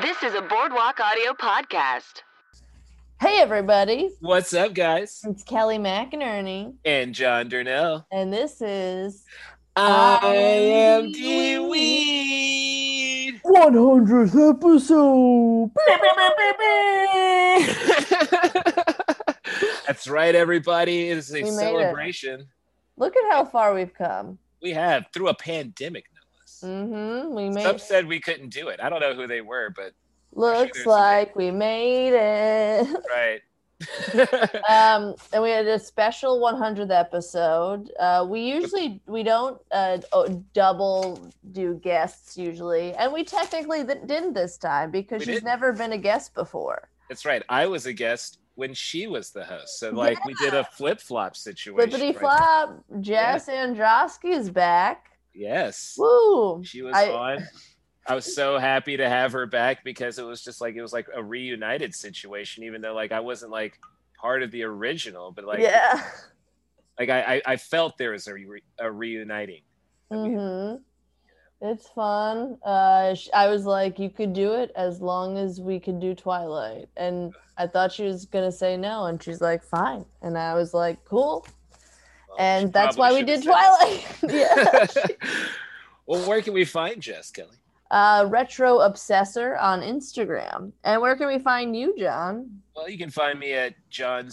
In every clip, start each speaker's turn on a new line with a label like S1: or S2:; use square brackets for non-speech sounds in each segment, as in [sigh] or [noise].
S1: This is a Boardwalk Audio podcast.
S2: Hey, everybody.
S3: What's up, guys?
S2: It's Kelly McInerney,
S3: And John Durnell.
S2: and this is
S3: I
S2: am
S3: am
S2: D
S3: D Weed.
S2: 100th episode. Beep, beep, beep, [laughs] beep, beep.
S3: [laughs] That's right, everybody. It is a
S2: made it.
S3: celebration.
S2: Look at how far we've come.
S3: We have through a pandemic, no less.
S2: hmm We made
S3: Some said we couldn't do it. I don't know who they were,
S2: [laughs]
S3: but
S2: Looks
S3: there's some-
S2: like we made it.
S3: right.
S2: um, and we had a special 100th episode. Uh, we usually we don't uh, oh, double do guests usually, and we technically th- didn't this time because
S3: We
S2: she's
S3: didn't.
S2: never been a guest before.
S3: [laughs] That's right. I was a guest when she was the host. So, like, we did a flip flop situation.
S2: Flippity
S3: right?
S2: flop, Jess Androsky is back.
S3: Yes.
S2: Woo!
S3: She was
S2: I-
S3: on. I was so happy to have her back because it was just like it was like a reunited situation, even though like I wasn't like part of the original, but like
S2: yeah.
S3: like I I, I felt there was a, re- a reuniting.
S2: [laughs] hmm It's fun. Uh, sh- I was like, you could do it as long as we could do Twilight, and I thought she was gonna say no, and she's like, fine, and I was like, cool,
S3: Well, Oh, she
S2: and that's why
S3: probably
S2: we did
S3: should've said
S2: Twilight. [laughs]
S3: [laughs]
S2: yeah.
S3: that. well, where can we find Jess Kelly?
S2: Uh, Retro Obsessor on Instagram, and where can we find you, John?
S3: Well, you can find me at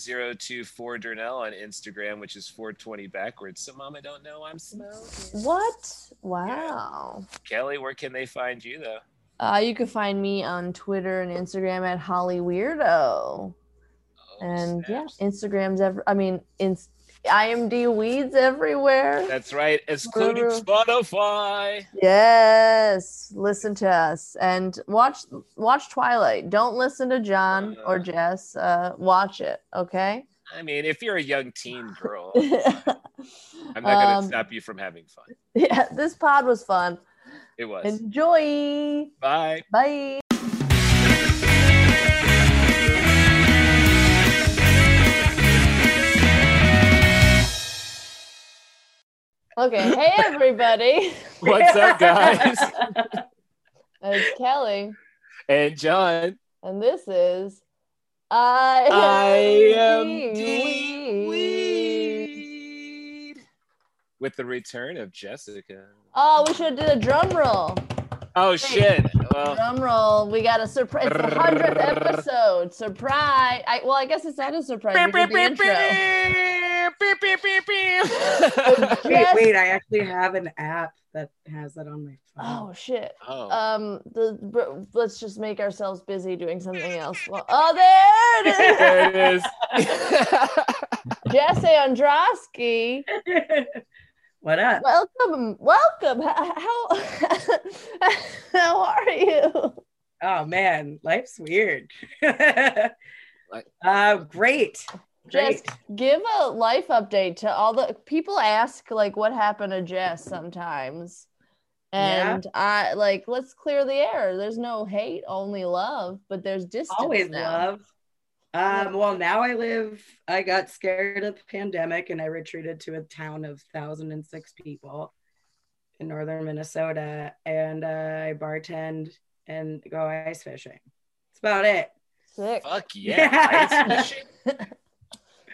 S3: John024 Durnell on Instagram, which is 420 backwards. So, Mama don't know I'm smoking.
S2: What? Wow.
S3: Kelly, where can they find you though?
S2: Uh, you can find me on Twitter and Instagram at Holly Weirdo.
S3: Oh,
S2: And yeah,
S3: snaps.
S2: Instagram's ever. I mean, inst- IMD weeds everywhere.
S3: That's right, excluding
S2: Guru.
S3: Spotify.
S2: Yes, listen to us and watch watch Twilight. Don't listen to John or
S3: Uh.
S2: Jess. Uh, watch it, okay? [laughs]
S3: I mean, if you're a young teen girl,
S2: I'm
S3: I'm not
S2: Um,
S3: going to stop you from having fun.
S2: Yeah, this pod was fun.
S3: It was.
S2: Enjoy. [laughs]
S3: Bye.
S2: Bye. Okay, hey everybody.
S3: What's
S2: [laughs]
S3: up, guys?
S2: It's Kelly,
S3: [laughs] and John.
S2: and this is I
S3: I am
S2: Dean
S3: D.
S2: Weed.
S3: Weed. With the return of Jessica.
S2: Oh, we should have did a drum roll.
S3: Oh, shit. Well,
S2: Drum roll. We got a surprise. It's the hundredth episode. Surprise. I, well, I guess it's not a surprise. We did the intro.
S4: Wait,
S2: Yes.
S4: wait, I actually have an app that has that on my phone.
S2: Oh shit.
S3: [laughs] oh,
S2: Um, the br- let's just make ourselves busy doing something else. Well, oh, there it is.
S3: [laughs] there it is.
S2: [laughs] Jesse Androsky.
S4: [laughs] what up?
S2: Welcome, welcome. H- How how [laughs] are you?
S4: Oh man, life's weird. [laughs] uh great.
S2: Jess,
S4: Great.
S2: give a life update to all the people ask like what happened to Jess sometimes.
S4: Yeah.
S2: And I like let's clear the air. There's no hate, only love, but there's distance.
S4: Always
S2: now.
S4: love. Um, well now I live I got scared of the pandemic and I retreated to a town of thousand and six people in northern Minnesota and uh, I bartend and go ice fishing. That's about it.
S2: Sick.
S3: Fuck yeah. Ice fishing?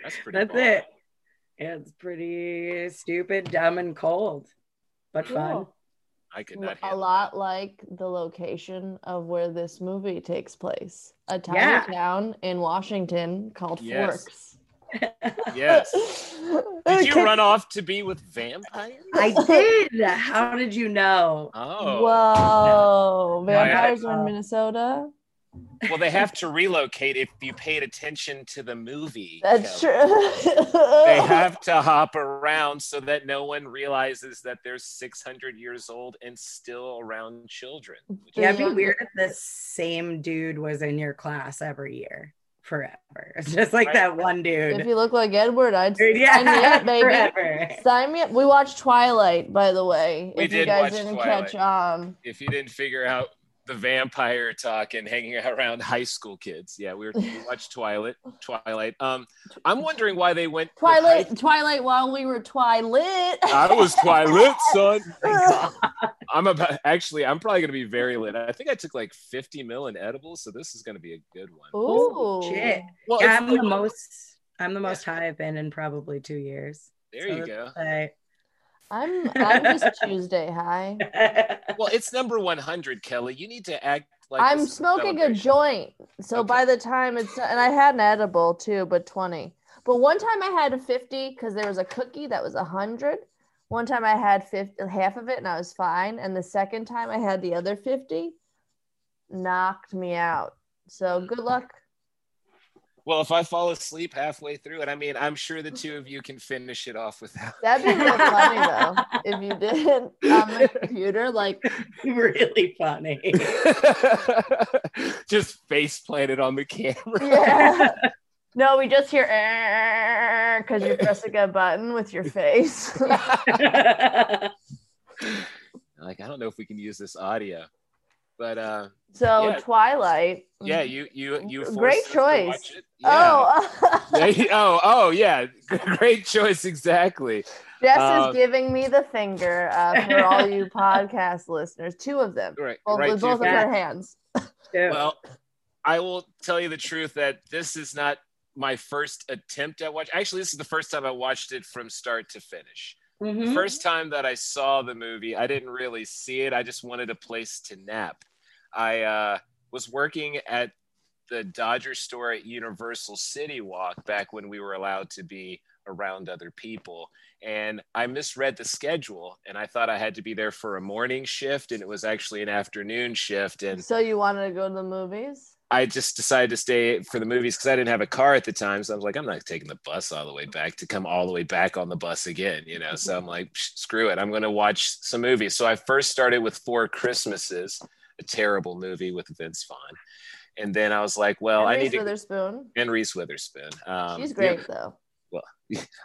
S3: That's pretty
S4: That's
S3: cool.
S4: it. It's pretty stupid, dumb, and cold, but fun.
S2: Cool.
S3: I
S2: [laughs]
S3: could not
S2: a
S3: handle
S2: lot like the location of where this movie takes place a tiny
S4: Yeah.
S2: town in washington called
S3: Yes.
S2: forks
S3: that.
S2: [laughs]
S3: Yes.
S2: Oh,
S3: Did you run off to be with vampires?
S2: [laughs]
S4: I did. How did you know?
S3: Oh.
S2: whoa
S4: Yeah.
S2: vampires
S4: Yeah. uh,
S2: are in minnesota
S3: Well, they have to relocate if you paid attention to the movie.
S2: that's
S3: Kelly.
S2: true [laughs]
S3: They have to hop around so that no one realizes that they're 600 years old and still around children. which
S4: Yeah,
S3: is-
S4: it'd be weird if the same dude was in your class every year forever. [laughs] It's just like that one
S2: if
S4: dude.
S2: you look like edward i'd
S4: Dude,
S2: sign me
S4: yeah, [laughs]
S2: up, baby.
S4: forever.
S2: sign me up we watched twilight by the way
S3: We
S2: if you
S3: did
S2: guys
S3: watch
S2: didn't
S3: Twilight.
S2: catch um, on
S3: If you didn't figure out the vampire talk and hanging around high school kids. Yeah, we were
S2: [laughs]
S3: we watched Twilight. Twilight. Um, I'm wondering why they went with
S2: Twilight, Twilight, while we were Twilight.
S3: high- I was
S2: [laughs]
S3: Twilight, son. I'm about actually. I'm probably gonna be very lit. I think I took like 50 mil in edibles, so this is gonna be a good one.
S2: Ooh.
S4: Shit.
S3: Well,
S4: Yeah,
S3: it's
S4: I'm
S3: like-
S4: the most. I'm the most high I've been in probably two years.
S3: there
S4: So
S3: you go.
S4: that's why-
S2: I'm I'm just Tuesday high.
S3: Well, it's number 100, Kelly. You need to act like
S2: I'm
S3: this is
S2: smoking a
S3: celebration.
S2: joint. So
S3: Okay.
S2: by the time it's and I had an edible too, but 20. But one time I had a 50 because there was a cookie that was 100. One time I had 50, half of it and I was fine. And the second time I had the other 50 knocked me out. So good luck.
S3: Well, if I fall asleep halfway through, and I mean, I'm sure the two of you can finish it off
S2: [laughs]
S3: without. [laughs]
S2: That'd be real funny though if you did [laughs] on the computer. Like
S4: [laughs] really [laughs] funny.
S3: Just face planted on the camera. [laughs]
S2: yeah. No, we just hear because you're pressing a button with your face. [laughs]
S3: [laughs] Like, I don't know if we can use this audio, but uh,
S2: So
S3: Yeah.
S2: Twilight.
S3: yeah, you you you forced
S2: Mm. Great
S3: us to watch
S2: choice.
S3: it. Yeah.
S2: Oh, [laughs]
S3: Yeah, you- oh, oh, yeah. [laughs] Great choice, exactly.
S2: Jess
S3: Uh,
S2: is giving me the finger uh, for all
S3: [laughs]
S2: you podcast listeners. Two of them,
S3: Right,
S2: well,
S3: right.
S2: with both of
S3: Jeffy?
S2: her hands.
S4: Dude,
S3: Well, I will tell you the truth that this is not my first attempt at watch. Actually, this is the first time I watched it from start to finish. The
S4: mhm.
S3: First time that I saw the movie, I didn't really see it. I just wanted a place to nap. I uh, was working at the Dodger store at Universal City Walk back when we were allowed to be around other people. And I misread the schedule and I thought I had to be there for a morning shift and it was actually an afternoon shift. And
S2: So you wanted to go to the movies?
S3: I just decided to stay for the movies because I didn't have a car at the time. So I was like, I'm not taking the bus all the way back to come all the way back on the bus again, you know? So
S2: Mm-hmm.
S3: I'm like, "Psh, screw it. I'm going to watch some movies. So I first started with Four Christmases, a terrible movie with Vince Vaughn. And then I was like, well,
S2: and
S3: I need
S2: Reese
S3: to.
S2: Witherspoon.
S3: and Reese Witherspoon. Um,
S2: She's
S3: yeah,
S2: great though.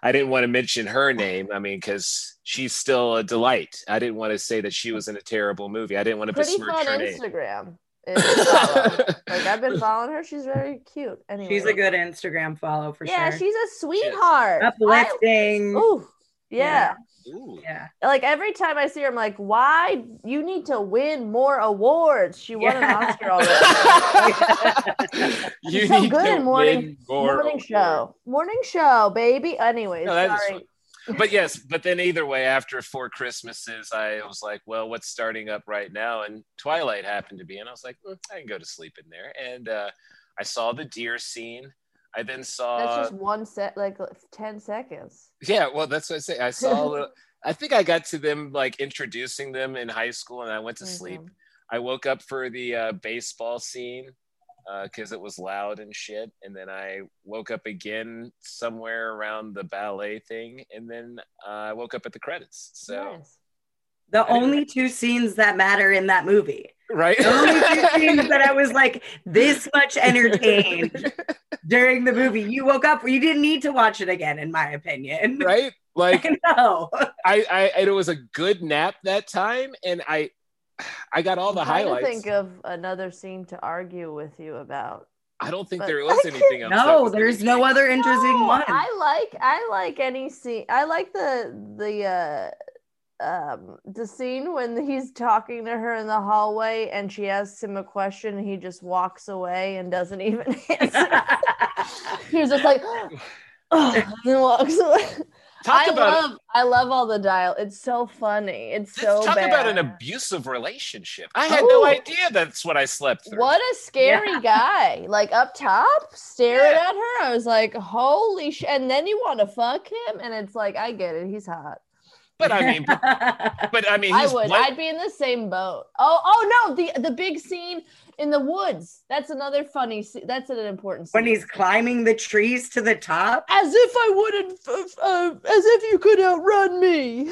S3: I didn't want to mention her name. I mean, because she's still a delight. I didn't want to say that she was in a terrible movie. I didn't want to
S2: Pretty fun
S3: besmirch her name.
S2: Instagram. [laughs] is to follow. like I've been following her. She's very cute. Anyway,
S4: she's a good Instagram follow for
S2: yeah,
S4: sure.
S2: she's a sweetheart. I-
S4: uplifting.
S2: Ooh, yeah.
S4: Yeah.
S3: Ooh.
S4: yeah.
S2: like every time I see her, I'm like, why you need to win more awards? She won an
S4: Yeah. [laughs]
S2: Oscar already.
S3: you
S2: She's so
S3: need
S2: good
S3: to
S2: in morning-
S3: win more
S2: Morning
S3: awards.
S2: show. Morning show, baby. Anyways,
S3: No, that is
S2: sorry.
S3: But yes, but then either way, after four Christmases, I was like, well, what's starting up right now? And Twilight happened to be, and I was like, "Mm, I can go to sleep in there. And uh, I saw the deer scene. I then
S2: That's
S3: saw,
S2: just one set, like uh, ten seconds.
S3: yeah, well, that's what I say. I saw,
S2: [laughs]
S3: the- I think I got to them like introducing them in high school, and I went to
S2: Mm-hmm.
S3: sleep. I woke up for the uh, baseball scene because it was loud and shit. And then I woke up again somewhere around the ballet thing. And then uh, I woke up at the credits. So,
S2: Nice.
S4: The only two scenes that matter in that
S3: [laughs]
S4: movie.
S3: right?
S4: The only two
S3: [laughs]
S4: scenes that I was like this much entertained during the movie. You woke up, you didn't need to watch it again, in my opinion. [laughs]
S3: right?
S2: [laughs]
S3: Like,
S4: I know.
S3: I, I, and it was a good nap that time. And I, I got all the
S2: I'm trying to
S3: highlights.
S2: think of another scene to argue with you about.
S3: I don't think
S2: but-
S3: there was anything else. that
S4: No,
S3: was
S4: there's no other interesting
S2: No,
S4: one. [laughs]
S2: I like I like any scene. I like the the uh um the scene when he's talking to her in the hallway and she asks him a question and he just walks away and doesn't even [laughs]
S4: [laughs]
S2: answer. He's just like [gasps] "Ugh," and then walks away.
S3: Talk
S2: I
S3: about
S2: love I love all the dial. It's so funny. It's so
S3: talk
S2: bad.
S3: about an abusive relationship. I had no
S2: Ooh.
S3: idea that's what I slept through.
S2: What a scary guy. Like up top, staring at her. I was like, holy sh and then you want to fuck him? And it's like, I get it. He's hot.
S3: But I
S2: [laughs]
S3: mean, but, I mean,
S2: I
S3: he's
S2: would.
S3: blat-
S2: I'd be in the same boat. Oh, oh no, the the big scene in the woods. That's another funny scene. That's an important scene.
S4: [laughs] when he's climbing the trees to the top,
S2: as if I wouldn't, f- uh, as if you could
S3: [laughs]
S2: outrun me.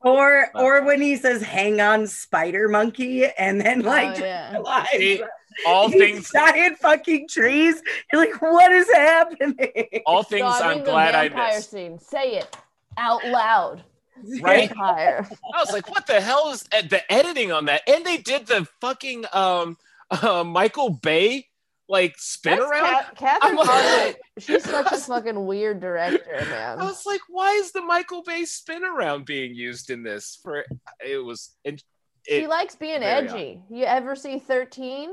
S4: or or when he says "hang on, spider monkey," and then [laughs] like
S2: oh, yeah.
S4: flies.
S3: See, all
S4: These
S2: [laughs]
S3: things
S4: giant fucking trees. You're like, what is happening? [laughs]
S3: all things
S2: No, I
S3: I'm
S2: mean the
S3: glad I
S2: vampire
S3: missed.
S2: Scene. Say it out loud.
S3: Right?
S2: Empire.
S3: I was like, what the hell is at the editing on that? And they did the fucking um [laughs] uh, Michael Bay like spin
S2: That's
S3: around.
S2: Ca- Catherine
S3: I'm like-
S2: Hardwick.
S3: [laughs]
S2: She's such a fucking weird director,
S3: I
S2: man.
S3: was like, why is the Michael Bay spin around being used in this? For it was and
S2: She
S3: it,
S2: likes being
S3: very odd.
S2: edgy. You ever see Thirteen?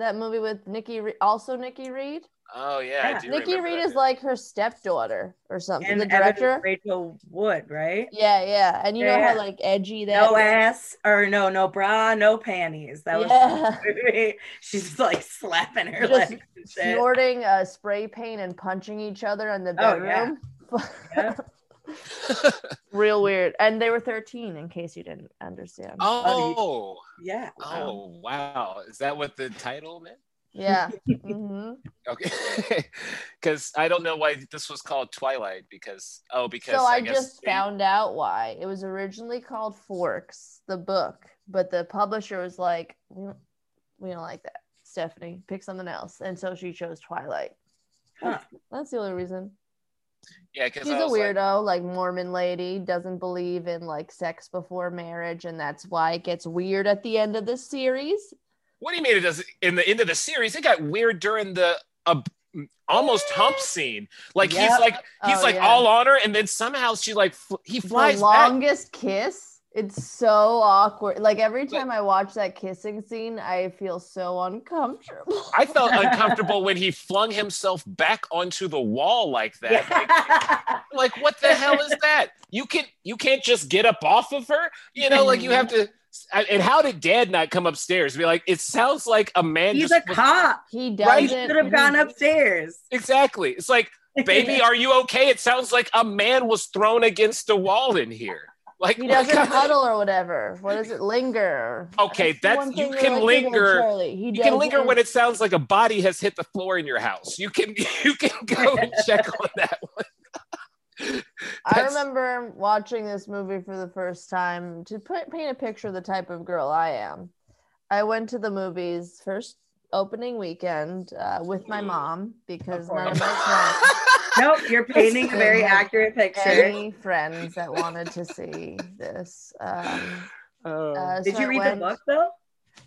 S2: That movie with Nikki, Re- also Nikki Reed.
S3: oh yeah, I do
S2: Nikki
S3: remember
S2: Reed
S3: that.
S2: is like her stepdaughter or something.
S4: and
S2: the
S4: Evan
S2: director.
S4: Rachel Wood, right?
S2: Yeah, yeah, and you know
S4: Yeah.
S2: how like edgy that.
S4: No ass or no, no bra, no panties. That was
S2: [laughs] yeah.
S4: [laughs] She's like slapping her
S2: Just
S4: legs and shit.
S2: snorting uh, spray paint and punching each other in the
S4: Oh, yeah.
S2: bedroom.
S4: Yeah.
S3: [laughs]
S2: Real weird. And they were 13, in case you didn't understand.
S3: oh
S4: Yeah.
S3: oh wow, is that what the title meant?
S2: Yeah. hmm
S3: Okay, [laughs] because I don't know why this was called Twilight. Because oh, because
S2: So I,
S3: guess
S2: just
S3: they-
S2: found out why. It was originally called Forks, the book, but the publisher was like, we don't, we don't like that. Stephanie, pick something else. And so she chose Twilight.
S4: Huh.
S2: That's the only reason.
S3: yeah, because
S2: She's a weirdo, like, Mormon lady, doesn't believe in like sex before marriage, and that's why it gets weird at the end of the series.
S3: What do you mean it does in the end of the series? It got weird during the uh, almost
S2: [gasps]
S3: hump scene. Like he's
S4: Yep.
S3: like he's
S2: Oh,
S3: like
S2: yeah.
S3: all on her, and then somehow she like fl- he flies
S2: the
S3: back.
S2: longest kiss. It's so awkward. Like every time I watch that kissing scene, I feel so uncomfortable. [laughs]
S3: I felt uncomfortable when he flung himself back onto the wall like that.
S4: [laughs]
S3: Like,
S4: Yeah.
S3: like, what the hell is that? You can you can't just get up off of her. You know, like you have to. I- And how did Dad not come upstairs? Be like, it sounds like a man.
S4: He's a
S3: just-
S4: cop.
S2: He
S3: Right?
S2: doesn't.
S4: He should have gone upstairs.
S3: Exactly. It's like [laughs] baby are you okay it sounds like a man was thrown against the wall in here like
S2: He doesn't
S4: [laughs]
S2: cuddle or whatever. What is it? Linger.
S3: Okay,
S2: the
S3: that's-
S2: one
S3: you
S2: thing I
S3: can
S2: like about
S3: linger-
S2: Charlie. He
S3: you can linger
S2: doesn't-
S3: when it sounds like a body has hit the floor in your house you can [laughs] you can go and check on that one
S2: I
S3: that's-
S2: remember watching this movie for the first time to put, paint a picture of the type of girl I am. I went to the movies first opening weekend uh, with my
S3: Mm.
S2: mom because
S4: Of
S2: none
S3: [laughs]
S2: of
S4: course.
S2: my friends.
S4: [laughs] Nope, you're painting a very accurate picture.
S2: any friends that wanted to see this. Um,
S3: [laughs]
S2: uh,
S4: Did
S2: so
S4: you
S2: I
S4: read the
S2: went-
S4: book though?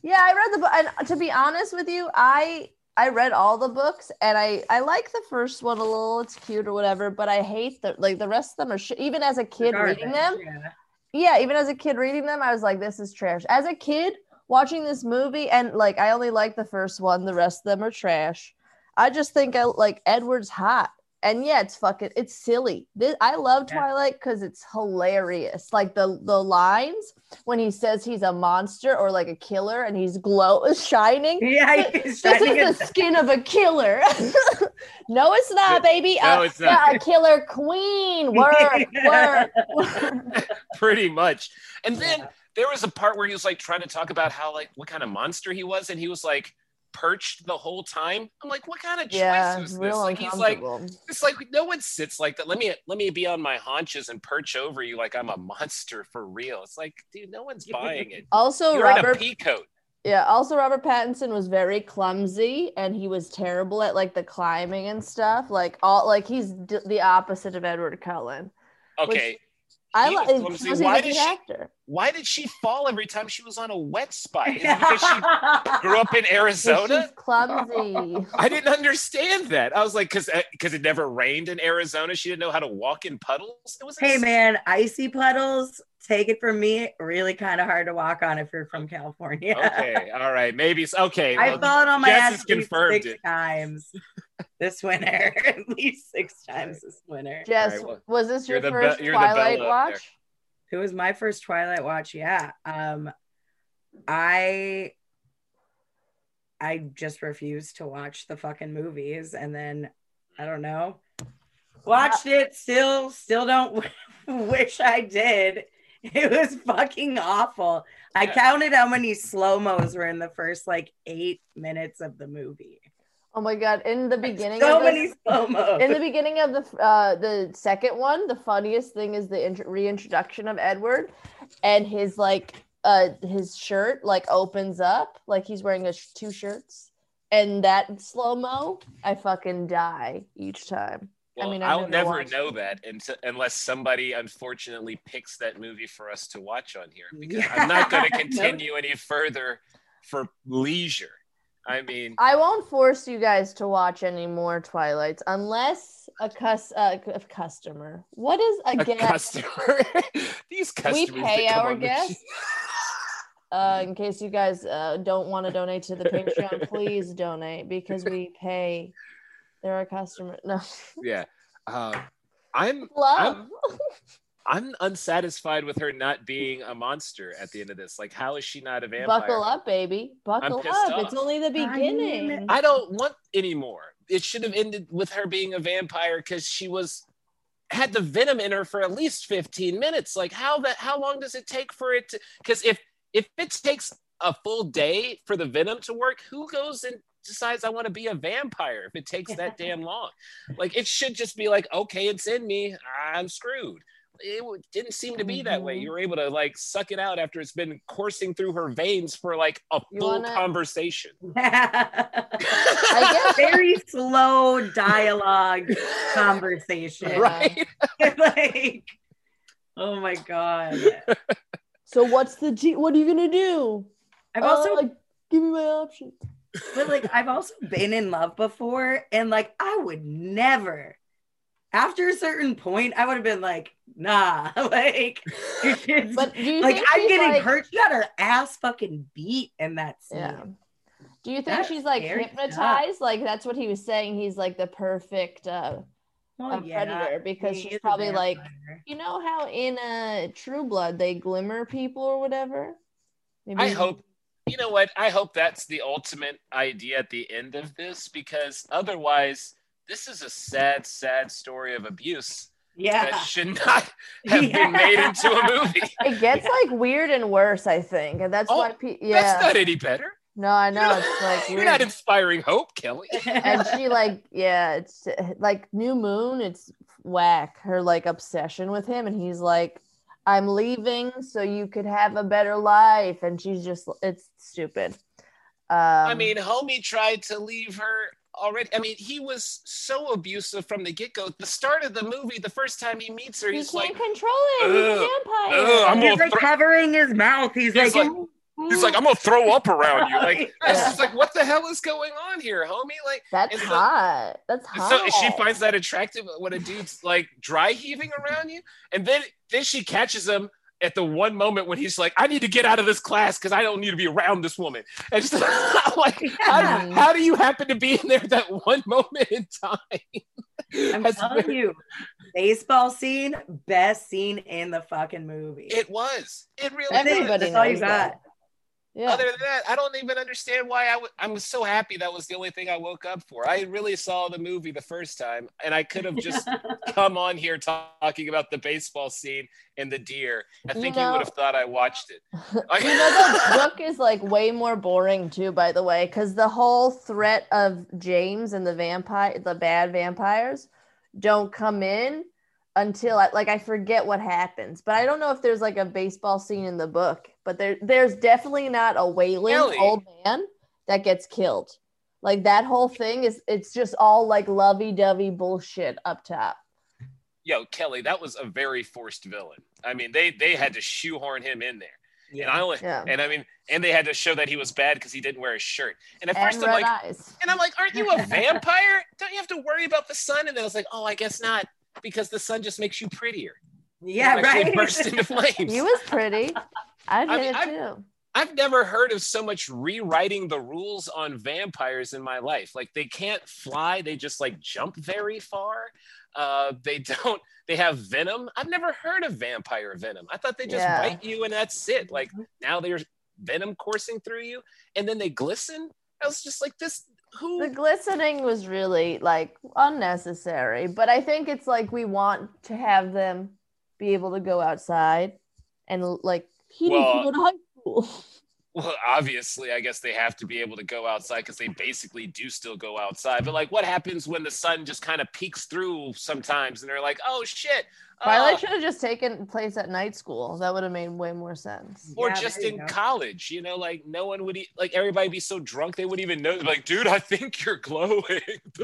S2: Yeah, I read the book. And to be honest with you, I I read all the books, and I I like the first one a little. It's cute or whatever, but I hate the like the rest of them are sh- even as a kid reading them.
S4: Garbage, yeah. [laughs]
S2: Yeah, even as a kid reading them, I was like, this is trash. As a kid watching this movie, and like I only like the first one. The rest of them are trash. I just think I like Edward's hot. And yeah, it's fucking it's silly. This, I love
S4: Yeah.
S2: Twilight because it's hilarious. Like the the lines when he says he's a monster or like a killer and he's glow [laughs] is shining.
S4: Yeah, he's
S2: This
S4: shining
S2: is
S4: his
S2: the skin of a killer. [laughs] no, it's not, baby.
S3: no,
S2: Uh,
S3: it's not.
S2: yeah, a killer queen. Word, word.
S3: pretty much and then
S4: [laughs] Yeah.
S3: there was a part where he was like trying to talk about how like what kind of monster he was and he was like perched the whole time i'm like what kind of choice
S2: Yeah,
S3: is this
S2: real
S3: like he's like
S2: uncomfortable.
S3: It's like no one sits like that. Let me let me be on my haunches and perch over you like I'm a monster for real. It's like, dude, no one's buying it.
S2: also,
S3: You're in a
S2: Robert.
S3: peacoat.
S2: Yeah, also Robert Pattinson was very clumsy and he was terrible at like the climbing and stuff. Like all like he's d- the opposite of Edward Cullen.
S3: Okay,
S2: I
S3: He
S2: like
S3: was clumsy.
S2: he's
S3: Why
S2: a
S3: did
S2: good
S3: she-
S2: actor.
S3: why did she fall every time she was on a wet spot? Is it because
S2: [laughs]
S3: she grew up in
S2: 'Cause
S3: Arizona?
S2: [laughs] She's
S3: [laughs]
S2: clumsy.
S3: I didn't understand that. I was like, because because it never rained in Arizona, she didn't know how to walk in puddles. It was
S4: hey
S3: insane.
S4: man, icy puddles. Take it from me, really kind of hard to walk on if you're from California.
S2: [laughs]
S4: [laughs]
S3: Okay, all right, maybe so- okay.
S4: I
S3: well,
S4: fallen on my
S3: Jess
S4: ass
S3: has
S4: at least
S3: confirmed
S4: six
S3: it.
S4: times this winter. [laughs] at least six times this winter.
S2: Jess,
S3: Alright, well,
S2: was this
S3: you're the
S2: your first
S3: be- you're the
S2: Twilight
S3: Bella up there.
S2: watch?
S4: It was my first Twilight watch. Yeah. Um, I I just refused to watch the fucking movies, and then I don't know. Watched it. Still, still don't [laughs] wish I did. It was fucking awful. I
S3: Yeah.
S4: counted how many slow mos were in the first like eight minutes of the movie.
S2: Oh my god! In the beginning,
S4: So
S2: of the-
S4: many slow mos. [laughs]
S2: in the beginning of the uh, the second one, the funniest thing is the int- reintroduction of Edward, and his like uh his shirt like opens up like he's wearing a sh- two shirts, and that slow mo, I fucking die each time. I
S3: Well, I
S2: mean, I
S3: will
S2: never
S3: never
S2: watched
S3: know
S2: it.
S3: that until, unless somebody unfortunately picks that movie for us to watch on
S2: [laughs]
S3: here because
S4: Yeah.
S3: I'm not going to
S4: No.
S3: continue any further for leisure. I mean,
S2: I won't force you guys to watch any more Twilights unless a, cus- uh, a customer. What is a,
S3: a
S2: guest?
S3: customer. [laughs] These customers that
S2: pay
S3: come
S2: our
S3: on the-
S2: guests. Uh, in case you guys uh, don't want to donate to
S3: [laughs]
S2: the Patreon, please donate because we pay. They're our customer. No
S3: [laughs] yeah, uh, I'm
S2: [laughs] love.
S3: I'm unsatisfied with her not being a monster at the end of this. Like, how is she not a vampire?
S2: Buckle up, baby. Buckle
S3: pissed
S2: up. It's
S3: off.
S2: only the
S4: mean,
S2: beginning.
S3: I don't want anymore. It should have ended with her being a vampire because she was had the venom in her for at least 15 minutes. Like how that how long does it take for it to because if if it takes a full day for the venom to work, who goes and decides I want to be a vampire if it takes that
S2: [laughs]
S3: damn long? Like it should just be like, okay, it's in me. I'm screwed. It w- didn't seem to be that way.
S2: Mhm.
S3: You were able to like suck it out after it's been coursing through her veins for like a
S2: You
S3: full
S2: wanna-
S3: conversation.
S2: [laughs] I guess
S4: [laughs] Very slow dialogue conversation.
S2: Yeah.
S3: [laughs] right?
S4: [laughs] like, oh my god.
S2: So what's the G? What are you gonna do?
S4: I've also
S2: Uh, like, give me my options.
S4: but like I've also been in love before, and like I would never. After a certain point, I would have been like, nah, [laughs] like your
S2: [laughs]
S4: kids.
S2: But do you
S4: [laughs] like
S2: think
S4: I'm
S2: she's,
S4: getting
S2: like-
S4: hurt. She got her ass fucking beat in that scene.
S2: Yeah. Do you think
S4: That's
S2: she's like
S4: scary
S2: hypnotized?
S4: stuff.
S2: Like that's what he was saying. He's like the perfect uh,
S4: Well,
S2: uh
S4: Oh, yeah.
S2: predator because
S4: He is
S2: she's
S4: a
S2: probably like
S4: vampire.
S2: you know how in uh, True Blood they glimmer people or whatever. Maybe
S3: I hope you know what I hope that's the ultimate idea at the end of this because otherwise this is a sad sad story of abuse that
S4: [laughs] yeah.
S3: should not
S2: [laughs]
S3: have
S4: Yeah.
S3: been made into
S4: [laughs]
S3: a movie.
S2: it gets like weird and worse. I think, and that's
S3: Oh,
S2: why. Pe- yeah.
S3: That's not any better.
S2: no, I
S3: You're
S2: know
S3: not- [laughs]
S2: it's like
S3: You're
S2: weird.
S3: not inspiring hope, Kelly.
S2: and she like yeah it's uh, like new moon it's whack her like obsession with him and he's like i'm leaving so you could have a better life and she's just it's stupid um,
S3: I mean, homie tried to leave her already. I mean, he was so abusive from the get go. The start of the movie, the first time he meets her,
S2: he
S3: he's
S2: can't
S3: like,
S2: control it he's a
S3: "Ugh,
S2: vampire
S3: ugh, I'm
S4: He's
S3: gonna
S4: like
S3: throw-
S4: covering his mouth. He's,
S3: He's
S4: like,
S3: like- he's like, I'm gonna throw up around you. Like,
S4: [laughs] Yeah.
S3: it's just like, what the hell is going on here, homie? Like.
S2: that's
S3: it's a-
S2: hot that's hot
S3: So she finds that attractive when a dude's like dry heaving around you, and then then she catches him at the one moment when he's like, "I need to get out of this class because I don't need to be around this woman." And she's [laughs] like, how,
S2: Yeah.
S3: how do you happen to be in there that one [laughs] moment in time?
S4: I'm
S3: That's
S4: telling
S3: very-
S4: you, baseball scene, best scene in the fucking movie.
S3: it was. It really.
S4: That's it.
S3: was.
S2: everybody
S4: That's all you
S2: knows
S4: got.
S2: that. yeah
S3: Other than that, I don't even understand why I w- I'm so happy that was the only thing I woke up for. I really saw the movie the first time, and I could have
S2: [laughs]
S3: just come on here talking about the baseball scene and the deer. I
S2: You
S3: think you,
S2: know-
S3: would have thought I watched
S2: [laughs]
S3: it. Like-
S2: you know the book is like way more boring too by the way because the whole threat of james and the vampire the bad vampires don't come in until I, like i forget what happens but i don't know if there's like a baseball scene in the book but there there's definitely not a wailing
S3: Kelly.
S2: old man that gets killed like that whole thing is it's just all like lovey-dovey bullshit up top
S3: [laughs] Yo, Kelly, that was a very forced villain. I mean, they they had to shoehorn him in there. And I only,
S2: yeah
S3: and I mean, and they had to show that he was bad because he didn't wear a shirt. And at
S2: and
S3: first,
S2: red
S3: I'm like,
S2: eyes
S3: and I'm like, aren't you a vampire? Don't you have to worry about the sun? And then I was like, oh, I guess not, because the sun just makes you prettier.
S4: yeah,
S3: You actually
S4: right.
S3: Burst into flames.
S2: you was pretty i did
S3: mean,
S2: it
S3: I'm-
S2: too
S3: I've never heard of so much rewriting the rules on vampires in my life. Like they can't fly, they just like jump very far. Uh, they don't. They have venom. I've never heard of vampire venom. I thought they just
S2: Yeah.
S3: bite you and that's it.
S4: [laughs]
S3: Like now there's venom coursing through you, and then they glisten. I was just like, this.
S2: the
S3: Who?
S2: glistening was really like unnecessary but i think it's like we want to have them be able to go outside and like he
S3: Well,
S2: needs to go to high school
S3: Well, obviously, I guess they have to be able to go outside because they basically do still go outside. But like, what happens when the sun just kind of peeks through sometimes, and they're like, oh shit.
S2: Twilight
S3: Ah.
S2: should have just taken place at night school. That would have made way more sense.
S3: or
S4: Yeah,
S3: just
S4: there you
S3: in
S4: go.
S3: college, you know, like no one would, e- like everybody be so drunk they wouldn't even know. Like, dude, I think you're glowing.
S4: [laughs]
S3: [laughs]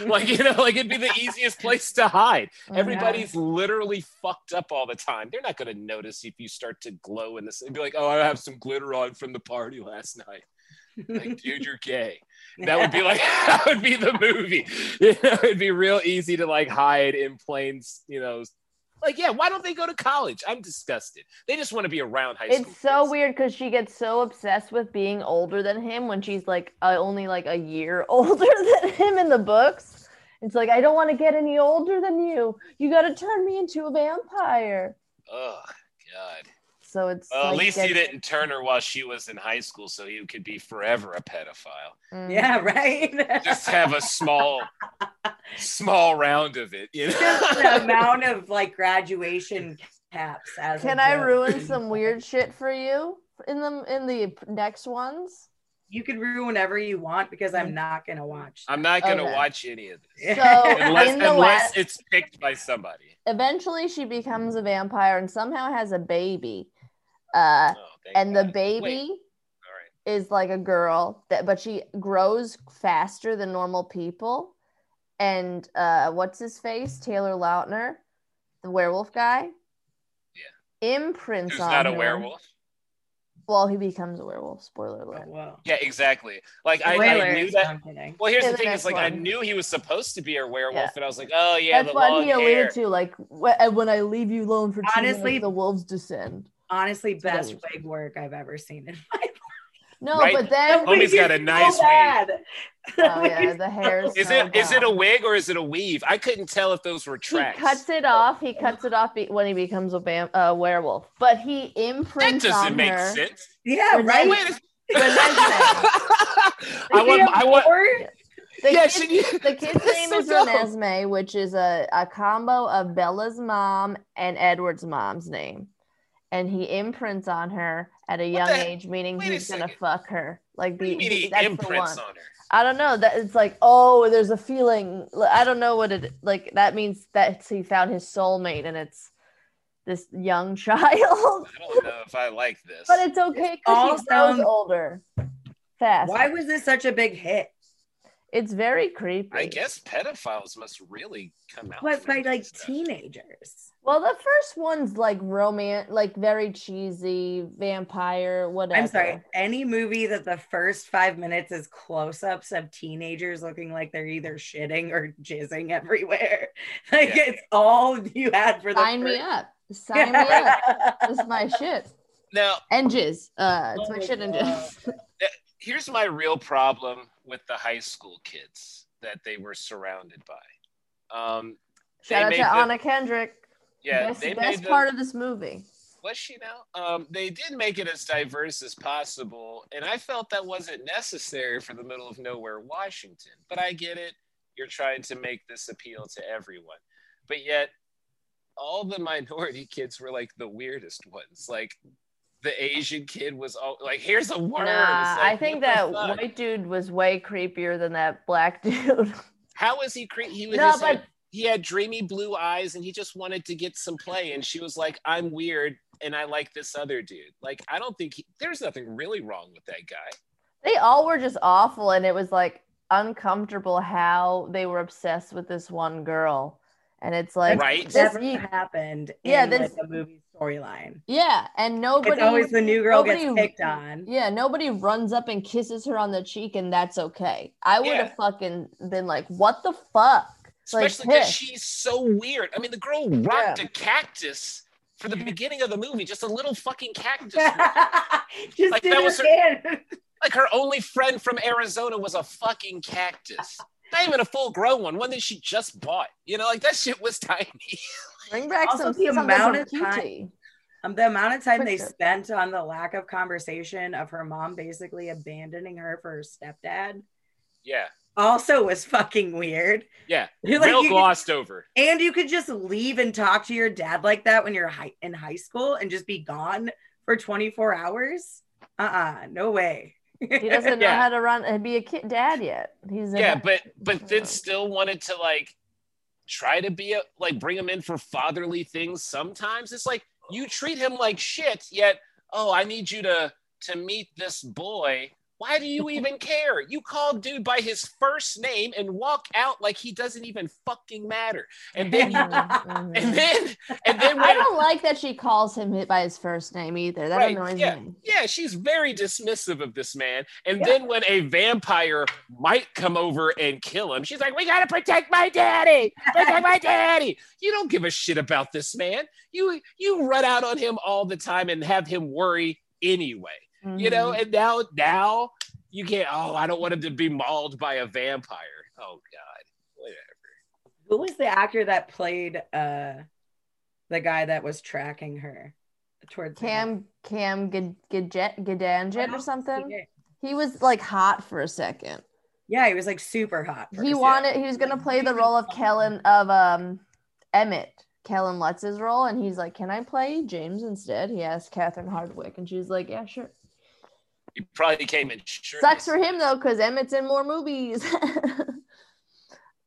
S3: like, you know, like it'd be the easiest place to
S4: [laughs]
S3: hide. Everybody's literally fucked up all the time. They're not going to notice if you start to glow in this. They'd be like, oh, I have some glitter on from the party last night. Like, dude, you're gay. That would be like, [laughs] that would be the movie. [laughs] You know, it'd be real easy to like hide in planes, you know. Like, yeah, why don't they go to college? I'm disgusted. They just want to be around high school.
S2: It's so
S3: kids.
S2: weird because she gets so obsessed with being older than him when she's like uh, only like a year [laughs] older than him in the books. It's like I don't want to get any older than you. You got to turn me into a vampire.
S3: Oh God.
S2: So it's
S3: Well, at
S2: like,
S3: least
S2: get-
S3: he didn't turn her while she was in high school, so he could be forever a pedophile.
S2: Mm.
S4: yeah, right.
S3: Just have a
S2: [laughs]
S3: small, small round of it. You
S4: [laughs]
S3: [laughs]
S4: Just the
S3: know?
S4: amount of like graduation caps. As a
S2: Can I
S4: joke.
S2: ruin some weird shit for you in the in the next ones?
S4: You could ruin whatever you want because I'm not gonna watch.
S3: I'm not gonna
S2: Okay.
S3: watch any of this
S2: Mm-hmm.
S4: [laughs]
S3: [laughs]
S2: So
S3: unless
S2: in the
S3: unless
S2: last,
S3: it's picked by somebody.
S2: eventually she becomes a vampire and somehow has a baby.
S3: Oh,
S2: Uh,
S3: thank
S2: and the
S3: God.
S2: baby
S3: Wait,
S2: is like a girl that but she grows faster than normal people and uh what's his face taylor lautner the werewolf guy yeah
S3: all right.
S2: imprints
S3: Who's
S2: on
S3: not a
S2: her.
S3: werewolf?
S2: well he becomes a werewolf spoiler
S4: Oh,
S2: alert
S4: wow.
S3: Yeah, exactly. Like I, I knew
S4: Spoilers,
S3: that.
S4: I'm kidding.
S3: Well, here's
S2: Yeah,
S3: the
S2: the
S3: thing: is
S2: next
S3: like I
S2: one.
S3: knew he was supposed to be a werewolf,
S2: Yeah.
S3: and I was like, oh yeah,
S2: that's
S3: the
S2: what
S3: long
S2: he alluded
S3: hair.
S2: to like wh- and when i leave you alone for two
S4: Honestly-
S2: minutes, the wolves descend
S4: Honestly,
S2: what I
S4: best
S2: was-
S4: wig work I've ever seen in
S2: [laughs]
S4: my
S2: no
S3: Right. [laughs]
S2: but then
S3: Homie's got a nice wig.
S4: [laughs]
S2: oh yeah the hair
S3: Is it is it a wig or is it a weave? I couldn't tell if those were
S2: Oh, he
S3: tracks.
S2: cuts it off. He cuts it off be- when he becomes a vam- uh, werewolf. But he
S3: That
S2: imprints
S3: doesn't
S2: on
S3: make
S2: her.
S3: sense. Oh,
S4: Yeah,
S2: Wait,
S4: right.
S3: Wait a- [laughs]
S2: [laughs]
S4: Renesmee.
S3: I want. I
S2: [laughs]
S3: want.
S2: The
S3: Yeah,
S2: kid's,
S3: should [laughs] you-
S2: the kid's
S3: That's
S2: name
S3: so
S2: is
S3: dumb.
S2: Renesmee, which is a, a combo of Bella's mom and Edward's mom's name. And he imprints on her at a young
S3: the he-
S2: age, meaning
S3: Wait a
S2: he's gonna
S3: second.
S2: fuck her. Like
S3: What do
S2: [laughs] the
S3: you mean he
S2: that's the
S3: imprints
S2: one.
S3: on her?
S2: I don't know. That it's like, oh, there's a feeling. L- I don't know what it like. That means that he found his soulmate, and it's this young [laughs] child.
S3: I don't know if I like this.
S2: but it's okay because he grows
S4: awesome.
S2: older fast.
S4: Why was this such a big hit?
S2: It's very creepy.
S3: I guess pedophiles must really come out.
S4: But
S3: for
S4: by
S3: this
S4: like
S3: stuff.
S4: teenagers.
S2: Well, the first one's like romance, like very cheesy vampire, whatever.
S4: I'm sorry. Any movie that the first five minutes is close-ups of teenagers looking like they're either shitting or jizzing everywhere. [laughs] Like
S3: Yeah.
S4: it's all you had for the
S2: Sign me [laughs]
S4: first-
S2: up. Sign me up.
S4: [laughs]
S2: This is my shit.
S3: Now,
S2: And jizz. Uh, it's
S4: Oh
S2: my
S4: my
S2: shit and
S4: God. [laughs]
S2: jizz. [laughs]
S3: here's my real problem with the high school kids that they were surrounded by. Um, They
S2: Shout out
S3: made
S2: to
S3: the-
S2: Anna Kendrick.
S3: yeah,
S2: best
S3: they
S2: best
S3: made the,
S2: part of this movie.
S3: was she now? Um, they did make it as diverse as possible, and I felt that wasn't necessary for the middle of nowhere Washington. But I get it. You're trying to make this appeal to everyone, but yet all the [laughs] minority kids were like the weirdest ones. Like the Asian kid was all like, "Here's a word."
S2: Nah,
S3: It's like,
S2: I think
S3: what the
S2: that
S3: fuck?
S2: white dude was way creepier than that black [laughs] dude.
S3: How was he? Cre- he was
S2: No,
S3: just like-
S2: but-
S3: he had dreamy blue eyes, and he just wanted to get some play. And she was like, "I'm weird, and I like this other dude." Like, I don't think he, there's nothing really wrong with that guy.
S2: they all were just awful, and it was like uncomfortable how they were obsessed with this one girl. And it's like,
S3: Right.
S2: this-
S4: Never
S2: you-
S4: happened
S2: Yeah,
S4: in
S2: this-
S4: like, the movie storyline.
S2: yeah, and nobody.
S4: it's always the new girl gets
S2: nobody- [laughs]
S4: picked on.
S2: Yeah, nobody runs up and kisses her on the cheek, and that's okay. I would
S3: Yeah.
S2: have fucking been like, "What the fuck?" Like,
S3: Especially because
S2: pissed.
S3: she's so weird. I mean, the girl rocked a cactus for the beginning of the movie, just a little fucking
S2: [laughs]
S3: cactus.
S4: [laughs] Just
S3: Like,
S4: do
S3: that
S4: it
S3: was her-
S4: again.
S3: like her only friend from Arizona was a fucking cactus. Not even a full grown one, one that she just bought. You know, like that shit was tiny. [laughs]
S2: Bring back
S4: Also,
S2: some
S4: the
S2: some
S4: amount
S2: some
S4: of time-
S2: cutie.
S4: Um, the amount of time they
S2: Friendship.
S4: spent on the lack of conversation of her mom basically abandoning her for her stepdad
S3: Yeah.
S4: also was fucking weird.
S3: Yeah.
S4: You're [laughs] like,
S3: Real
S4: you could,
S3: glossed over.
S4: and you could just leave and talk to your dad like that when you're high, in high school and just be gone for 24 hours. Uh uh no way.
S2: He doesn't know
S3: Yeah.
S2: uh, how to run and be a kid dad yet. He's an-
S3: Yeah, but but
S2: Yeah.
S3: then still wanted to like try to be a, like bring him in for fatherly things sometimes it's like you treat him like shit yet oh i need you to to meet this boy why do you even care you call dude by his first name and walk out like he doesn't even fucking matter [laughs] and then you,
S5: Mhm,
S3: and
S2: [laughs]
S5: mhm.
S3: then and then
S2: Mm-hmm. I
S3: when,
S2: don't like that she calls him hi- by his first name either. That
S3: Right,
S2: annoys
S3: yeah.
S2: me.
S3: yeah she's very dismissive of this man and then when a vampire might come over and kill him she's like we gotta protect my daddy protect my daddy you don't give a shit about this man you you run out on him all the time and have him worry anyway you know
S2: Mm-hmm.
S3: and now now you can't oh i don't want him to be mauled by a vampire oh god Whatever.
S4: [laughs] Who was the actor that played uh the guy that was tracking her towards the end?
S2: Mm-hmm. Cam Cam Gad- Gadget Gadanget or something.
S4: Yeah.
S2: He was like hot for a second.
S4: Yeah, he was like super hot. first,
S2: He
S4: yeah.
S2: wanted he was gonna play the role of Kellen of um Emmett. Kellen Lutz's role, and he's like, "Can I play James instead?" He asked Catherine Hardwick, and she's like, "Yeah, sure."
S3: he probably came in shirtless.
S2: Sucks for him though, because Emmett's in more movies. [laughs]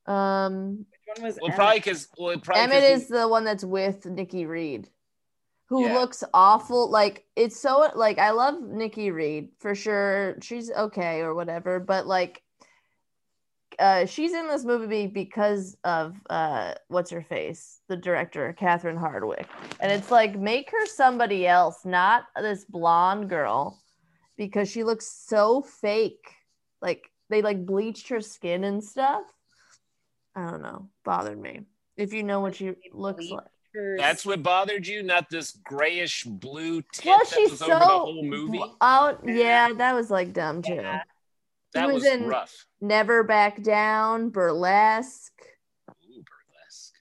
S2: um,
S4: Which one was
S3: well
S4: Emmett?
S3: probably because well probably 'cause
S2: Emmett
S3: he-
S2: is the one that's with Nikki Reed, who
S3: Yeah.
S2: looks awful. Like it's so like I love Nikki Reed for sure. She's okay or whatever, but like uh she's in this movie because of uh what's her face, the director, Catherine Hardwick. And it's like make her somebody else, not this blonde girl, because she looks so fake. Like they like bleached her skin and stuff. I don't know. Bothered me if you know what she looks
S4: bleach?
S2: like.
S4: Her-
S3: That's what bothered you, not this grayish blue tint
S2: Well,
S3: that
S2: she's
S3: was
S2: so
S3: over the whole movie.
S2: out. oh, Yeah, that was like dumb too.
S4: Yeah.
S3: That
S2: was
S3: was,
S2: in-
S3: rough.
S2: Never back down. Burlesque.
S3: Ooh, burlesque.